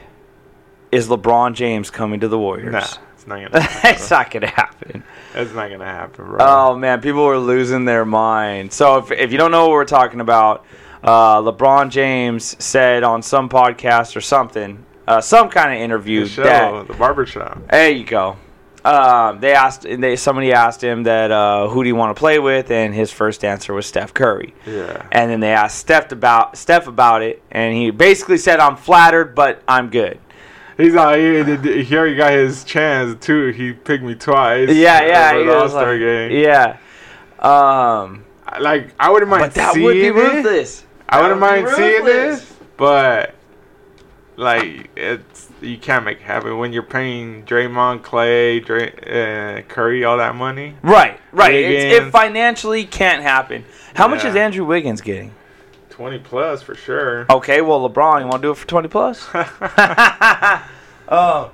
[SPEAKER 1] is LeBron James coming to the Warriors.
[SPEAKER 2] Nah, it's not gonna. Happen,
[SPEAKER 1] it's
[SPEAKER 2] bro.
[SPEAKER 1] not gonna happen.
[SPEAKER 2] it's not gonna happen, bro.
[SPEAKER 1] Oh man, people were losing their mind. So if if you don't know what we're talking about, uh, LeBron James said on some podcast or something, uh, some kind of interview
[SPEAKER 2] the show,
[SPEAKER 1] that
[SPEAKER 2] the barbershop.
[SPEAKER 1] There you go. Um, they asked. They somebody asked him that uh, who do you want to play with, and his first answer was Steph Curry.
[SPEAKER 2] Yeah.
[SPEAKER 1] And then they asked Steph about Steph about it, and he basically said, "I'm flattered, but I'm good."
[SPEAKER 2] He's out here. he- He he already got his chance too. He picked me twice.
[SPEAKER 1] Yeah,
[SPEAKER 2] uh,
[SPEAKER 1] yeah,
[SPEAKER 2] for
[SPEAKER 1] he
[SPEAKER 2] the
[SPEAKER 1] was
[SPEAKER 2] All-Star
[SPEAKER 1] like-
[SPEAKER 2] game.
[SPEAKER 1] yeah. Um,
[SPEAKER 2] I- Like I wouldn't mind
[SPEAKER 1] but that
[SPEAKER 2] seeing
[SPEAKER 1] would be
[SPEAKER 2] it.
[SPEAKER 1] ruthless.
[SPEAKER 2] I wouldn't
[SPEAKER 1] That would be
[SPEAKER 2] mind seeing
[SPEAKER 1] ruthless.
[SPEAKER 2] this, but like it's you can't make it happen when you're paying Draymond, Clay, Dray, uh, Curry all that money.
[SPEAKER 1] Right, right. It's, it
[SPEAKER 2] Wiggins.
[SPEAKER 1] financially can't happen. How much
[SPEAKER 2] Yeah.
[SPEAKER 1] is Andrew Wiggins getting?
[SPEAKER 2] Twenty plus for sure.
[SPEAKER 1] Okay, well, LeBron, you want to do it for twenty plus? Oh.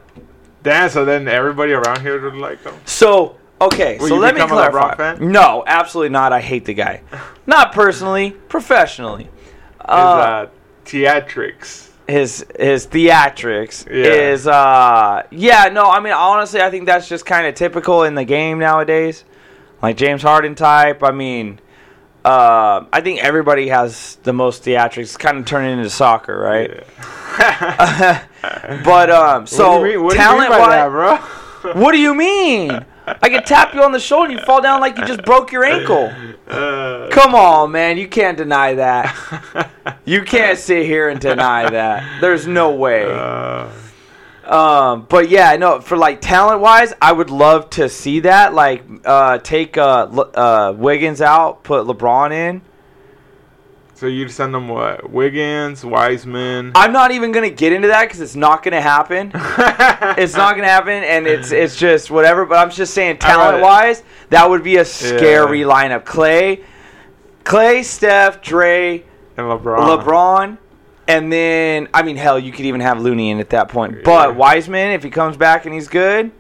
[SPEAKER 2] Damn, so then everybody around here would like them.
[SPEAKER 1] So okay,
[SPEAKER 2] Will
[SPEAKER 1] so
[SPEAKER 2] you
[SPEAKER 1] let me
[SPEAKER 2] become a LeBron
[SPEAKER 1] clarify.
[SPEAKER 2] fan?
[SPEAKER 1] No, absolutely not. I hate the guy. Not personally, professionally. Uh,
[SPEAKER 2] It's, uh, theatrics.
[SPEAKER 1] his his theatrics
[SPEAKER 2] Yeah.
[SPEAKER 1] is uh yeah no I mean honestly I think that's just kind of typical in the game nowadays, like James Harden type. I mean, uh, I think everybody has the most theatrics, kind of turning into soccer, right?
[SPEAKER 2] Yeah.
[SPEAKER 1] But um, so
[SPEAKER 2] what do you mean, what do you mean
[SPEAKER 1] talent
[SPEAKER 2] by
[SPEAKER 1] wise,
[SPEAKER 2] that, bro?
[SPEAKER 1] what do you mean? I can tap you on the shoulder and you fall down like you just broke your ankle.
[SPEAKER 2] Uh,
[SPEAKER 1] Come on, man. You can't deny that. You can't sit here and deny that. There's no way.
[SPEAKER 2] uh,
[SPEAKER 1] Um, but yeah, no. For like talent wise, I would love to see that. Like, uh, take uh, Le- uh, Wiggins out, put LeBron in.
[SPEAKER 2] so you'd send them what? Wiggins, Wiseman.
[SPEAKER 1] I'm not even gonna get into that because it's not gonna happen. It's not gonna happen, and it's it's just whatever. But I'm just saying,
[SPEAKER 2] I read
[SPEAKER 1] talent
[SPEAKER 2] it.
[SPEAKER 1] wise, that would be a scary lineup. Clay, Clay, Steph, Dre,
[SPEAKER 2] and LeBron.
[SPEAKER 1] LeBron And then, I mean, hell, you could even have Looney in at that point. But
[SPEAKER 2] Yeah.
[SPEAKER 1] Wiseman, if he comes back and he's good,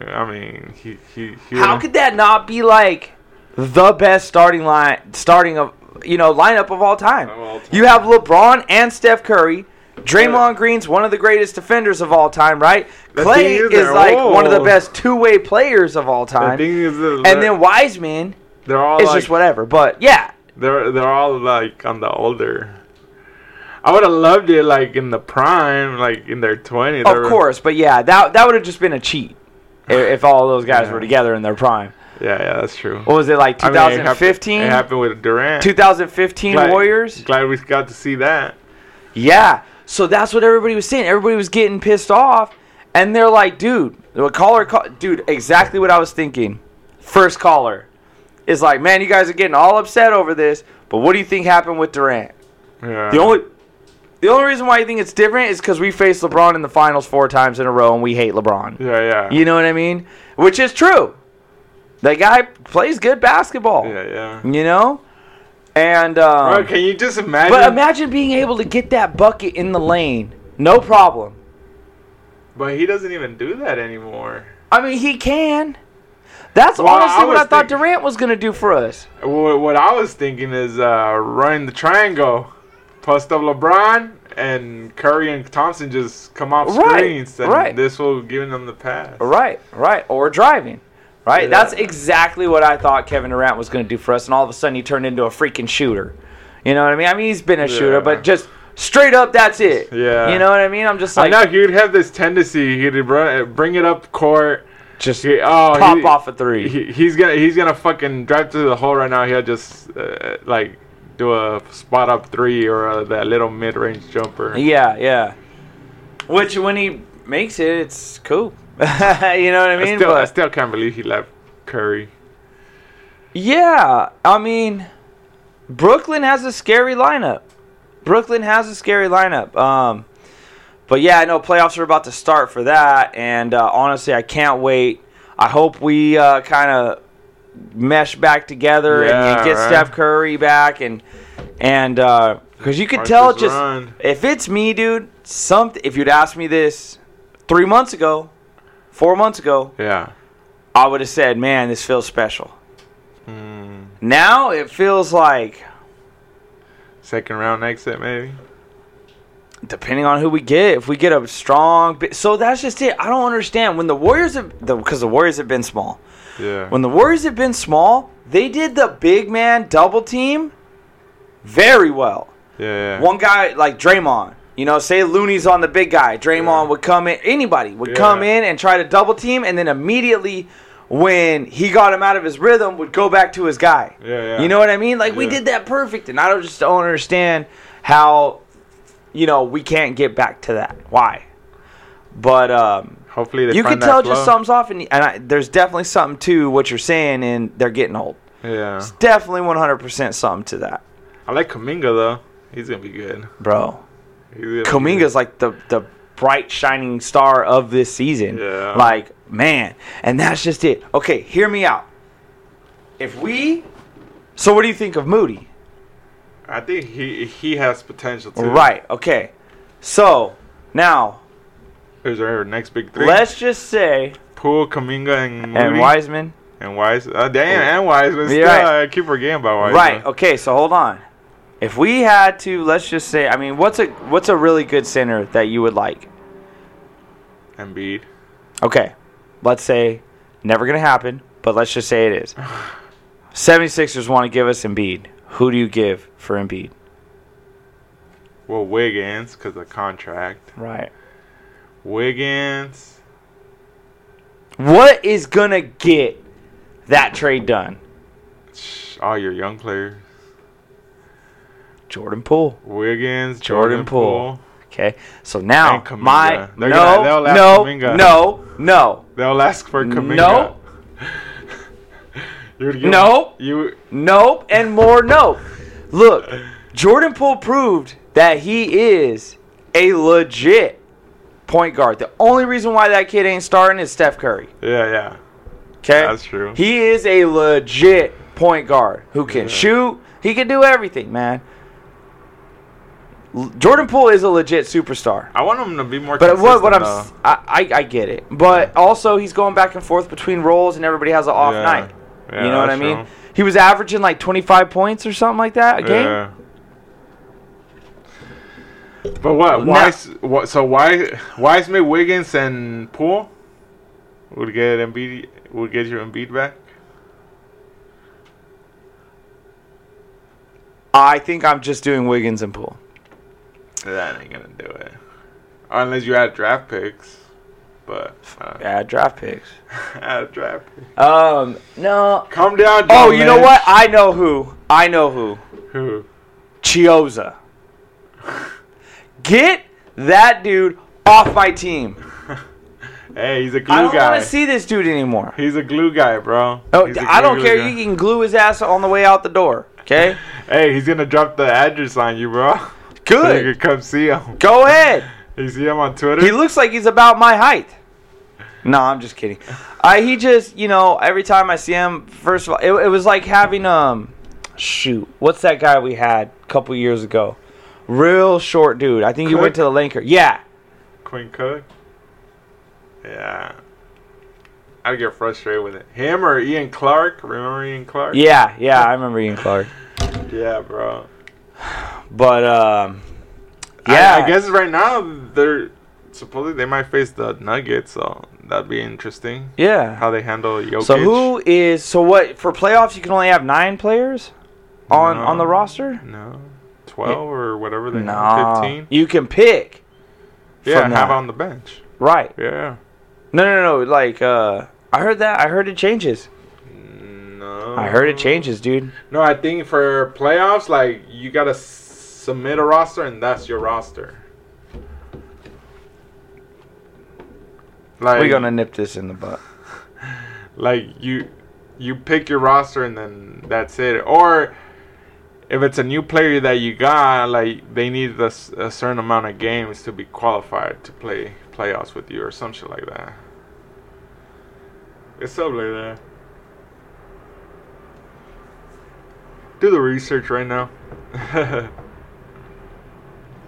[SPEAKER 2] I mean, he he. he
[SPEAKER 1] how could that not be like the best starting line, starting of you know lineup of all time?
[SPEAKER 2] Of all time.
[SPEAKER 1] You have LeBron and Steph Curry. Draymond Green's one of the greatest defenders of all time, right?
[SPEAKER 2] The
[SPEAKER 1] Clay
[SPEAKER 2] thing
[SPEAKER 1] is,
[SPEAKER 2] is they're
[SPEAKER 1] like one of the
[SPEAKER 2] old.
[SPEAKER 1] best two-way players of all
[SPEAKER 2] The
[SPEAKER 1] time,
[SPEAKER 2] thing is, that
[SPEAKER 1] and then Wiseman
[SPEAKER 2] they're all
[SPEAKER 1] is
[SPEAKER 2] like,
[SPEAKER 1] just whatever. But yeah,
[SPEAKER 2] They're they're all like on the older. I would have loved it like in the prime, like in their twenties.
[SPEAKER 1] of course. But yeah, that that would have just been a cheat i- if all those guys
[SPEAKER 2] Yeah.
[SPEAKER 1] were together in their prime.
[SPEAKER 2] Yeah, yeah, that's true.
[SPEAKER 1] What was it like?
[SPEAKER 2] I mean, it happened- It
[SPEAKER 1] 2015,
[SPEAKER 2] happened with Durant.
[SPEAKER 1] 2015
[SPEAKER 2] Glad-
[SPEAKER 1] Warriors.
[SPEAKER 2] Glad we got to see that.
[SPEAKER 1] Yeah. So that's what everybody was saying. Everybody was getting pissed off, and they're like, "Dude, the caller, call, dude, exactly what I was thinking." First caller is like, "Man, you guys are getting all upset over this, but what do you think happened with Durant?"
[SPEAKER 2] Yeah.
[SPEAKER 1] The only, the only reason why you think it's different is because we faced LeBron in the finals four times in a row, and we hate LeBron.
[SPEAKER 2] Yeah, yeah.
[SPEAKER 1] You know what I mean? Which is true. The guy plays good basketball.
[SPEAKER 2] yeah, yeah.
[SPEAKER 1] You know, and um,
[SPEAKER 2] Bro, can you just imagine?
[SPEAKER 1] but imagine being able to get that bucket in the lane, no problem.
[SPEAKER 2] But he doesn't even do that anymore.
[SPEAKER 1] I mean, he can. That's
[SPEAKER 2] Well,
[SPEAKER 1] honestly
[SPEAKER 2] I
[SPEAKER 1] what I
[SPEAKER 2] was
[SPEAKER 1] thought
[SPEAKER 2] thinking-
[SPEAKER 1] Durant was gonna do for us.
[SPEAKER 2] What, what I was thinking is uh, running the triangle, post up LeBron and Curry and Thompson just come off
[SPEAKER 1] Right,
[SPEAKER 2] screens, and
[SPEAKER 1] right.
[SPEAKER 2] this will give them the pass.
[SPEAKER 1] Right, right, or driving. Right,
[SPEAKER 2] Yeah.
[SPEAKER 1] that's exactly what I thought Kevin Durant was gonna do for us, and all of a sudden he turned into a freaking shooter. You know what I mean? I mean, he's been a
[SPEAKER 2] Yeah.
[SPEAKER 1] shooter, but just straight up, that's it.
[SPEAKER 2] Yeah.
[SPEAKER 1] You know what I mean? I'm just
[SPEAKER 2] I
[SPEAKER 1] like,
[SPEAKER 2] know he'd have this tendency he'd run, uh, bring it up court.
[SPEAKER 1] just
[SPEAKER 2] He, oh,
[SPEAKER 1] pop
[SPEAKER 2] he-
[SPEAKER 1] off a three.
[SPEAKER 2] He, he's gonna he's gonna fucking drive through the hole right now. He'll just uh, like do a spot up three or uh, that little mid range jumper.
[SPEAKER 1] Yeah, yeah. Which when he makes it, it's cool. you know what I
[SPEAKER 2] I
[SPEAKER 1] mean?
[SPEAKER 2] still, I
[SPEAKER 1] But-
[SPEAKER 2] still can't believe he left Curry.
[SPEAKER 1] Yeah, I mean, Brooklyn has a scary lineup. Brooklyn has a scary lineup. Um, but yeah, I know playoffs are about to start for that, and uh, honestly, I can't wait. I hope we uh, kind of mesh back together and
[SPEAKER 2] Yeah,
[SPEAKER 1] you get
[SPEAKER 2] right.
[SPEAKER 1] Steph Curry back, and and because you could tell
[SPEAKER 2] Marcus
[SPEAKER 1] just
[SPEAKER 2] Run.
[SPEAKER 1] if it's me, dude, something. If you'd asked me this three months ago, four months ago,
[SPEAKER 2] Yeah.
[SPEAKER 1] I would have said, "Man, this feels special."
[SPEAKER 2] Mm.
[SPEAKER 1] Now it feels like,
[SPEAKER 2] Second round exit maybe.
[SPEAKER 1] depending on who we get, if we get a strong, bi- so that's just it. I don't understand when the Warriors have the because the Warriors have been small.
[SPEAKER 2] Yeah.
[SPEAKER 1] When the Warriors have been small, they did the big man double team very well.
[SPEAKER 2] yeah. yeah.
[SPEAKER 1] One guy like Draymond, you know, say Looney's on the big guy. Draymond
[SPEAKER 2] Yeah.
[SPEAKER 1] would come in, anybody would
[SPEAKER 2] Yeah.
[SPEAKER 1] come in and try to double team, and then immediately when he got him out of his rhythm, would go back to his guy.
[SPEAKER 2] Yeah, yeah.
[SPEAKER 1] You know what I mean? Like we
[SPEAKER 2] Yeah.
[SPEAKER 1] did that perfect, and I don't just don't understand how, you know, we can't get back to that. Why? But um,
[SPEAKER 2] Hopefully they
[SPEAKER 1] you
[SPEAKER 2] find
[SPEAKER 1] can tell
[SPEAKER 2] that
[SPEAKER 1] just
[SPEAKER 2] flow.
[SPEAKER 1] something's off, and, and I, there's definitely something to what you're saying, and they're getting old.
[SPEAKER 2] Yeah.
[SPEAKER 1] It's definitely 100% something to that,
[SPEAKER 2] I like Kaminga though. He's gonna be good.
[SPEAKER 1] bro.
[SPEAKER 2] He's gonna be
[SPEAKER 1] Kaminga's like the the bright shining star of this season.
[SPEAKER 2] Yeah.
[SPEAKER 1] Like, man, and that's just it. Okay, hear me out. If we So what do you think of Moody?
[SPEAKER 2] good. I think he he has potential too.
[SPEAKER 1] Right, okay. So, now
[SPEAKER 2] Who's our next big 3
[SPEAKER 1] let's just say
[SPEAKER 2] Poole, Kaminga, and Moody.
[SPEAKER 1] and Wiseman.
[SPEAKER 2] And Wise. Uh, damn, and Wiseman.
[SPEAKER 1] Yeah,
[SPEAKER 2] Still,
[SPEAKER 1] right.
[SPEAKER 2] I keep forgetting about Wiseman.
[SPEAKER 1] Right, okay, so hold on. If we had to, let's just say, I mean, what's a what's a really good center that you would like?
[SPEAKER 2] Embiid.
[SPEAKER 1] Okay. Let's say never going to happen, but let's just say it is. 76ers want to give us Embiid. Who do you give for Embiid?
[SPEAKER 2] Well, Wiggins, because of contract.
[SPEAKER 1] Right.
[SPEAKER 2] Wiggins.
[SPEAKER 1] What is going to get that trade done?
[SPEAKER 2] sh- All your young players.
[SPEAKER 1] Jordan Poole.
[SPEAKER 2] Wiggins,
[SPEAKER 1] Jordan
[SPEAKER 2] Jordan,
[SPEAKER 1] Poole.
[SPEAKER 2] Poole.
[SPEAKER 1] Okay. So now
[SPEAKER 2] And Kuminga.
[SPEAKER 1] my
[SPEAKER 2] They're
[SPEAKER 1] no,
[SPEAKER 2] gonna- they'll have
[SPEAKER 1] no,
[SPEAKER 2] Kuminga.
[SPEAKER 1] no, no,
[SPEAKER 2] They'll ask for Kaminga.
[SPEAKER 1] No.
[SPEAKER 2] you would give
[SPEAKER 1] No.
[SPEAKER 2] You,
[SPEAKER 1] nope, and more nope. Look, Jordan Poole proved that he is a legit point guard. The only reason why that kid ain't starting is Steph Curry.
[SPEAKER 2] yeah, yeah.
[SPEAKER 1] Okay,
[SPEAKER 2] That's true.
[SPEAKER 1] He is a legit point guard who can shoot. He can do everything, man. L- Jordan Poole is a legit superstar.
[SPEAKER 2] I want him to be more.
[SPEAKER 1] But what,
[SPEAKER 2] consistent,
[SPEAKER 1] what I'm,
[SPEAKER 2] though.
[SPEAKER 1] s- I, I, I get it. But also, he's going back and forth between roles, and everybody has an off
[SPEAKER 2] Yeah.
[SPEAKER 1] night.
[SPEAKER 2] Yeah,
[SPEAKER 1] you know what I
[SPEAKER 2] that's
[SPEAKER 1] mean?
[SPEAKER 2] true.
[SPEAKER 1] He was averaging like 25 points or something like that a game.
[SPEAKER 2] Yeah. But what?
[SPEAKER 1] Now-
[SPEAKER 2] Wise, what? So why? Wiseman, Wiggins, and Poole would get Embiid. Would get your Embiid back.
[SPEAKER 1] I think I'm just doing Wiggins and Poole.
[SPEAKER 2] That ain't gonna do it. Unless you add draft picks. But uh,
[SPEAKER 1] Yeah, draft picks.
[SPEAKER 2] add draft. Picks.
[SPEAKER 1] Um, no.
[SPEAKER 2] Come down.
[SPEAKER 1] Oh,
[SPEAKER 2] John
[SPEAKER 1] you know
[SPEAKER 2] Lynch.
[SPEAKER 1] what? I know who. I know who.
[SPEAKER 2] Who?
[SPEAKER 1] Chioza. Get that dude off my team.
[SPEAKER 2] Hey, he's a glue
[SPEAKER 1] I don't
[SPEAKER 2] guy.
[SPEAKER 1] want to see this dude anymore.
[SPEAKER 2] he's a glue guy, bro.
[SPEAKER 1] Oh,
[SPEAKER 2] He's a
[SPEAKER 1] I don't
[SPEAKER 2] glue
[SPEAKER 1] care.
[SPEAKER 2] guy.
[SPEAKER 1] You can glue his ass on the way out the door. Okay?
[SPEAKER 2] Hey, he's gonna drop the address on you, bro. So you
[SPEAKER 1] Good.
[SPEAKER 2] can come see him.
[SPEAKER 1] Go ahead.
[SPEAKER 2] You see him on Twitter.
[SPEAKER 1] He looks like he's about my height. No, I'm just kidding. I he just you know every time I see him, first of all, it, it was like having um, shoot, what's that guy we had a couple years ago? Real short dude. I think he went
[SPEAKER 2] Cook?
[SPEAKER 1] to the Laker. Yeah,
[SPEAKER 2] Quinn Cook. Yeah. I get frustrated with it. Him or Ian Clark? Remember Ian Clark?
[SPEAKER 1] yeah, yeah. I remember Ian Clark.
[SPEAKER 2] Yeah, bro.
[SPEAKER 1] But um,
[SPEAKER 2] I-
[SPEAKER 1] yeah,
[SPEAKER 2] I, guess right now they're supposedly they might face the Nuggets, so that'd be interesting.
[SPEAKER 1] yeah.
[SPEAKER 2] How they handle Jokic.
[SPEAKER 1] so who is so what for playoffs? You can only have nine players on on the
[SPEAKER 2] No.
[SPEAKER 1] roster.
[SPEAKER 2] No. Twelve or whatever they
[SPEAKER 1] No,
[SPEAKER 2] fifteen.
[SPEAKER 1] you can pick.
[SPEAKER 2] Yeah,
[SPEAKER 1] from
[SPEAKER 2] have
[SPEAKER 1] that.
[SPEAKER 2] on the bench.
[SPEAKER 1] Right.
[SPEAKER 2] Yeah.
[SPEAKER 1] No, no, no. Like, uh, I heard that. I heard it changes.
[SPEAKER 2] No.
[SPEAKER 1] I heard it changes, dude.
[SPEAKER 2] No, I think for playoffs, like you gotta s- submit a roster, and that's your roster. Like
[SPEAKER 1] We're gonna nip this in the butt.
[SPEAKER 2] like you you pick your roster, and then that's it. Or if it's a new player that you got, like they need a, s- a certain amount of games to be qualified to play playoffs with you, or some shit like that. It's something like that. Do the research right now.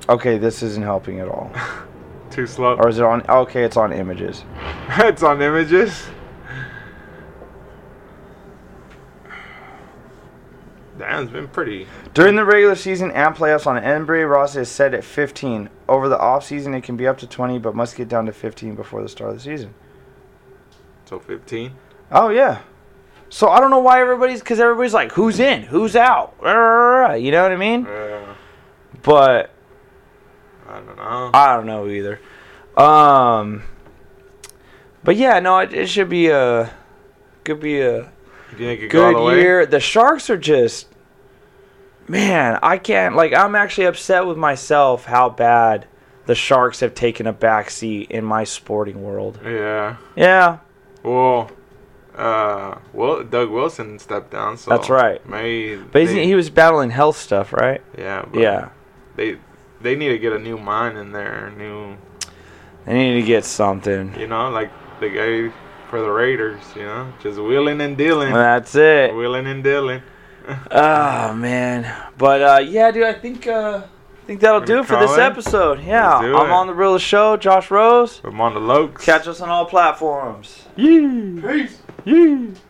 [SPEAKER 1] Okay, this isn't helping at all.
[SPEAKER 2] Too slow.
[SPEAKER 1] Or is it on? Okay, it's on images.
[SPEAKER 2] it's on images. Damn, it's been pretty.
[SPEAKER 1] During the regular season and playoffs on an NBA roster is set at 15. Over the offseason, it can be up to 20, but must get down to 15 before the start of the season.
[SPEAKER 2] So 15.
[SPEAKER 1] Oh yeah. So I don't know why everybody's because everybody's like, who's in, who's out, you know what I mean?
[SPEAKER 2] Uh,
[SPEAKER 1] But
[SPEAKER 2] I don't know.
[SPEAKER 1] I don't know either. Um, but yeah, no, it, it should be a could be a
[SPEAKER 2] you think it could go all the
[SPEAKER 1] good
[SPEAKER 2] way?
[SPEAKER 1] year. The Sharks are just man, I can't like I'm actually upset with myself how bad the Sharks have taken a backseat in my sporting world.
[SPEAKER 2] Yeah.
[SPEAKER 1] Yeah,
[SPEAKER 2] Well, uh, well, Doug Wilson stepped down, so
[SPEAKER 1] That's right.
[SPEAKER 2] Maybe.
[SPEAKER 1] but
[SPEAKER 2] they-
[SPEAKER 1] isn't, he was battling health stuff, right?
[SPEAKER 2] Yeah. But
[SPEAKER 1] Yeah,
[SPEAKER 2] They they need to get a new mind in there. New,
[SPEAKER 1] I need to get something.
[SPEAKER 2] you know, like the guy for the Raiders. You know, just wheeling and dealing,
[SPEAKER 1] That's it.
[SPEAKER 2] wheeling and dealing.
[SPEAKER 1] Oh man, but uh, yeah, dude, I think uh, I think that'll
[SPEAKER 2] Wanna
[SPEAKER 1] do it for
[SPEAKER 2] call
[SPEAKER 1] this
[SPEAKER 2] it?
[SPEAKER 1] episode. Yeah,
[SPEAKER 2] Let's do
[SPEAKER 1] I'm
[SPEAKER 2] it.
[SPEAKER 1] on the real show, Josh Rose.
[SPEAKER 2] From on the Lokes.
[SPEAKER 1] Catch us on all platforms.
[SPEAKER 2] Yee.
[SPEAKER 3] Peace.
[SPEAKER 2] Yee.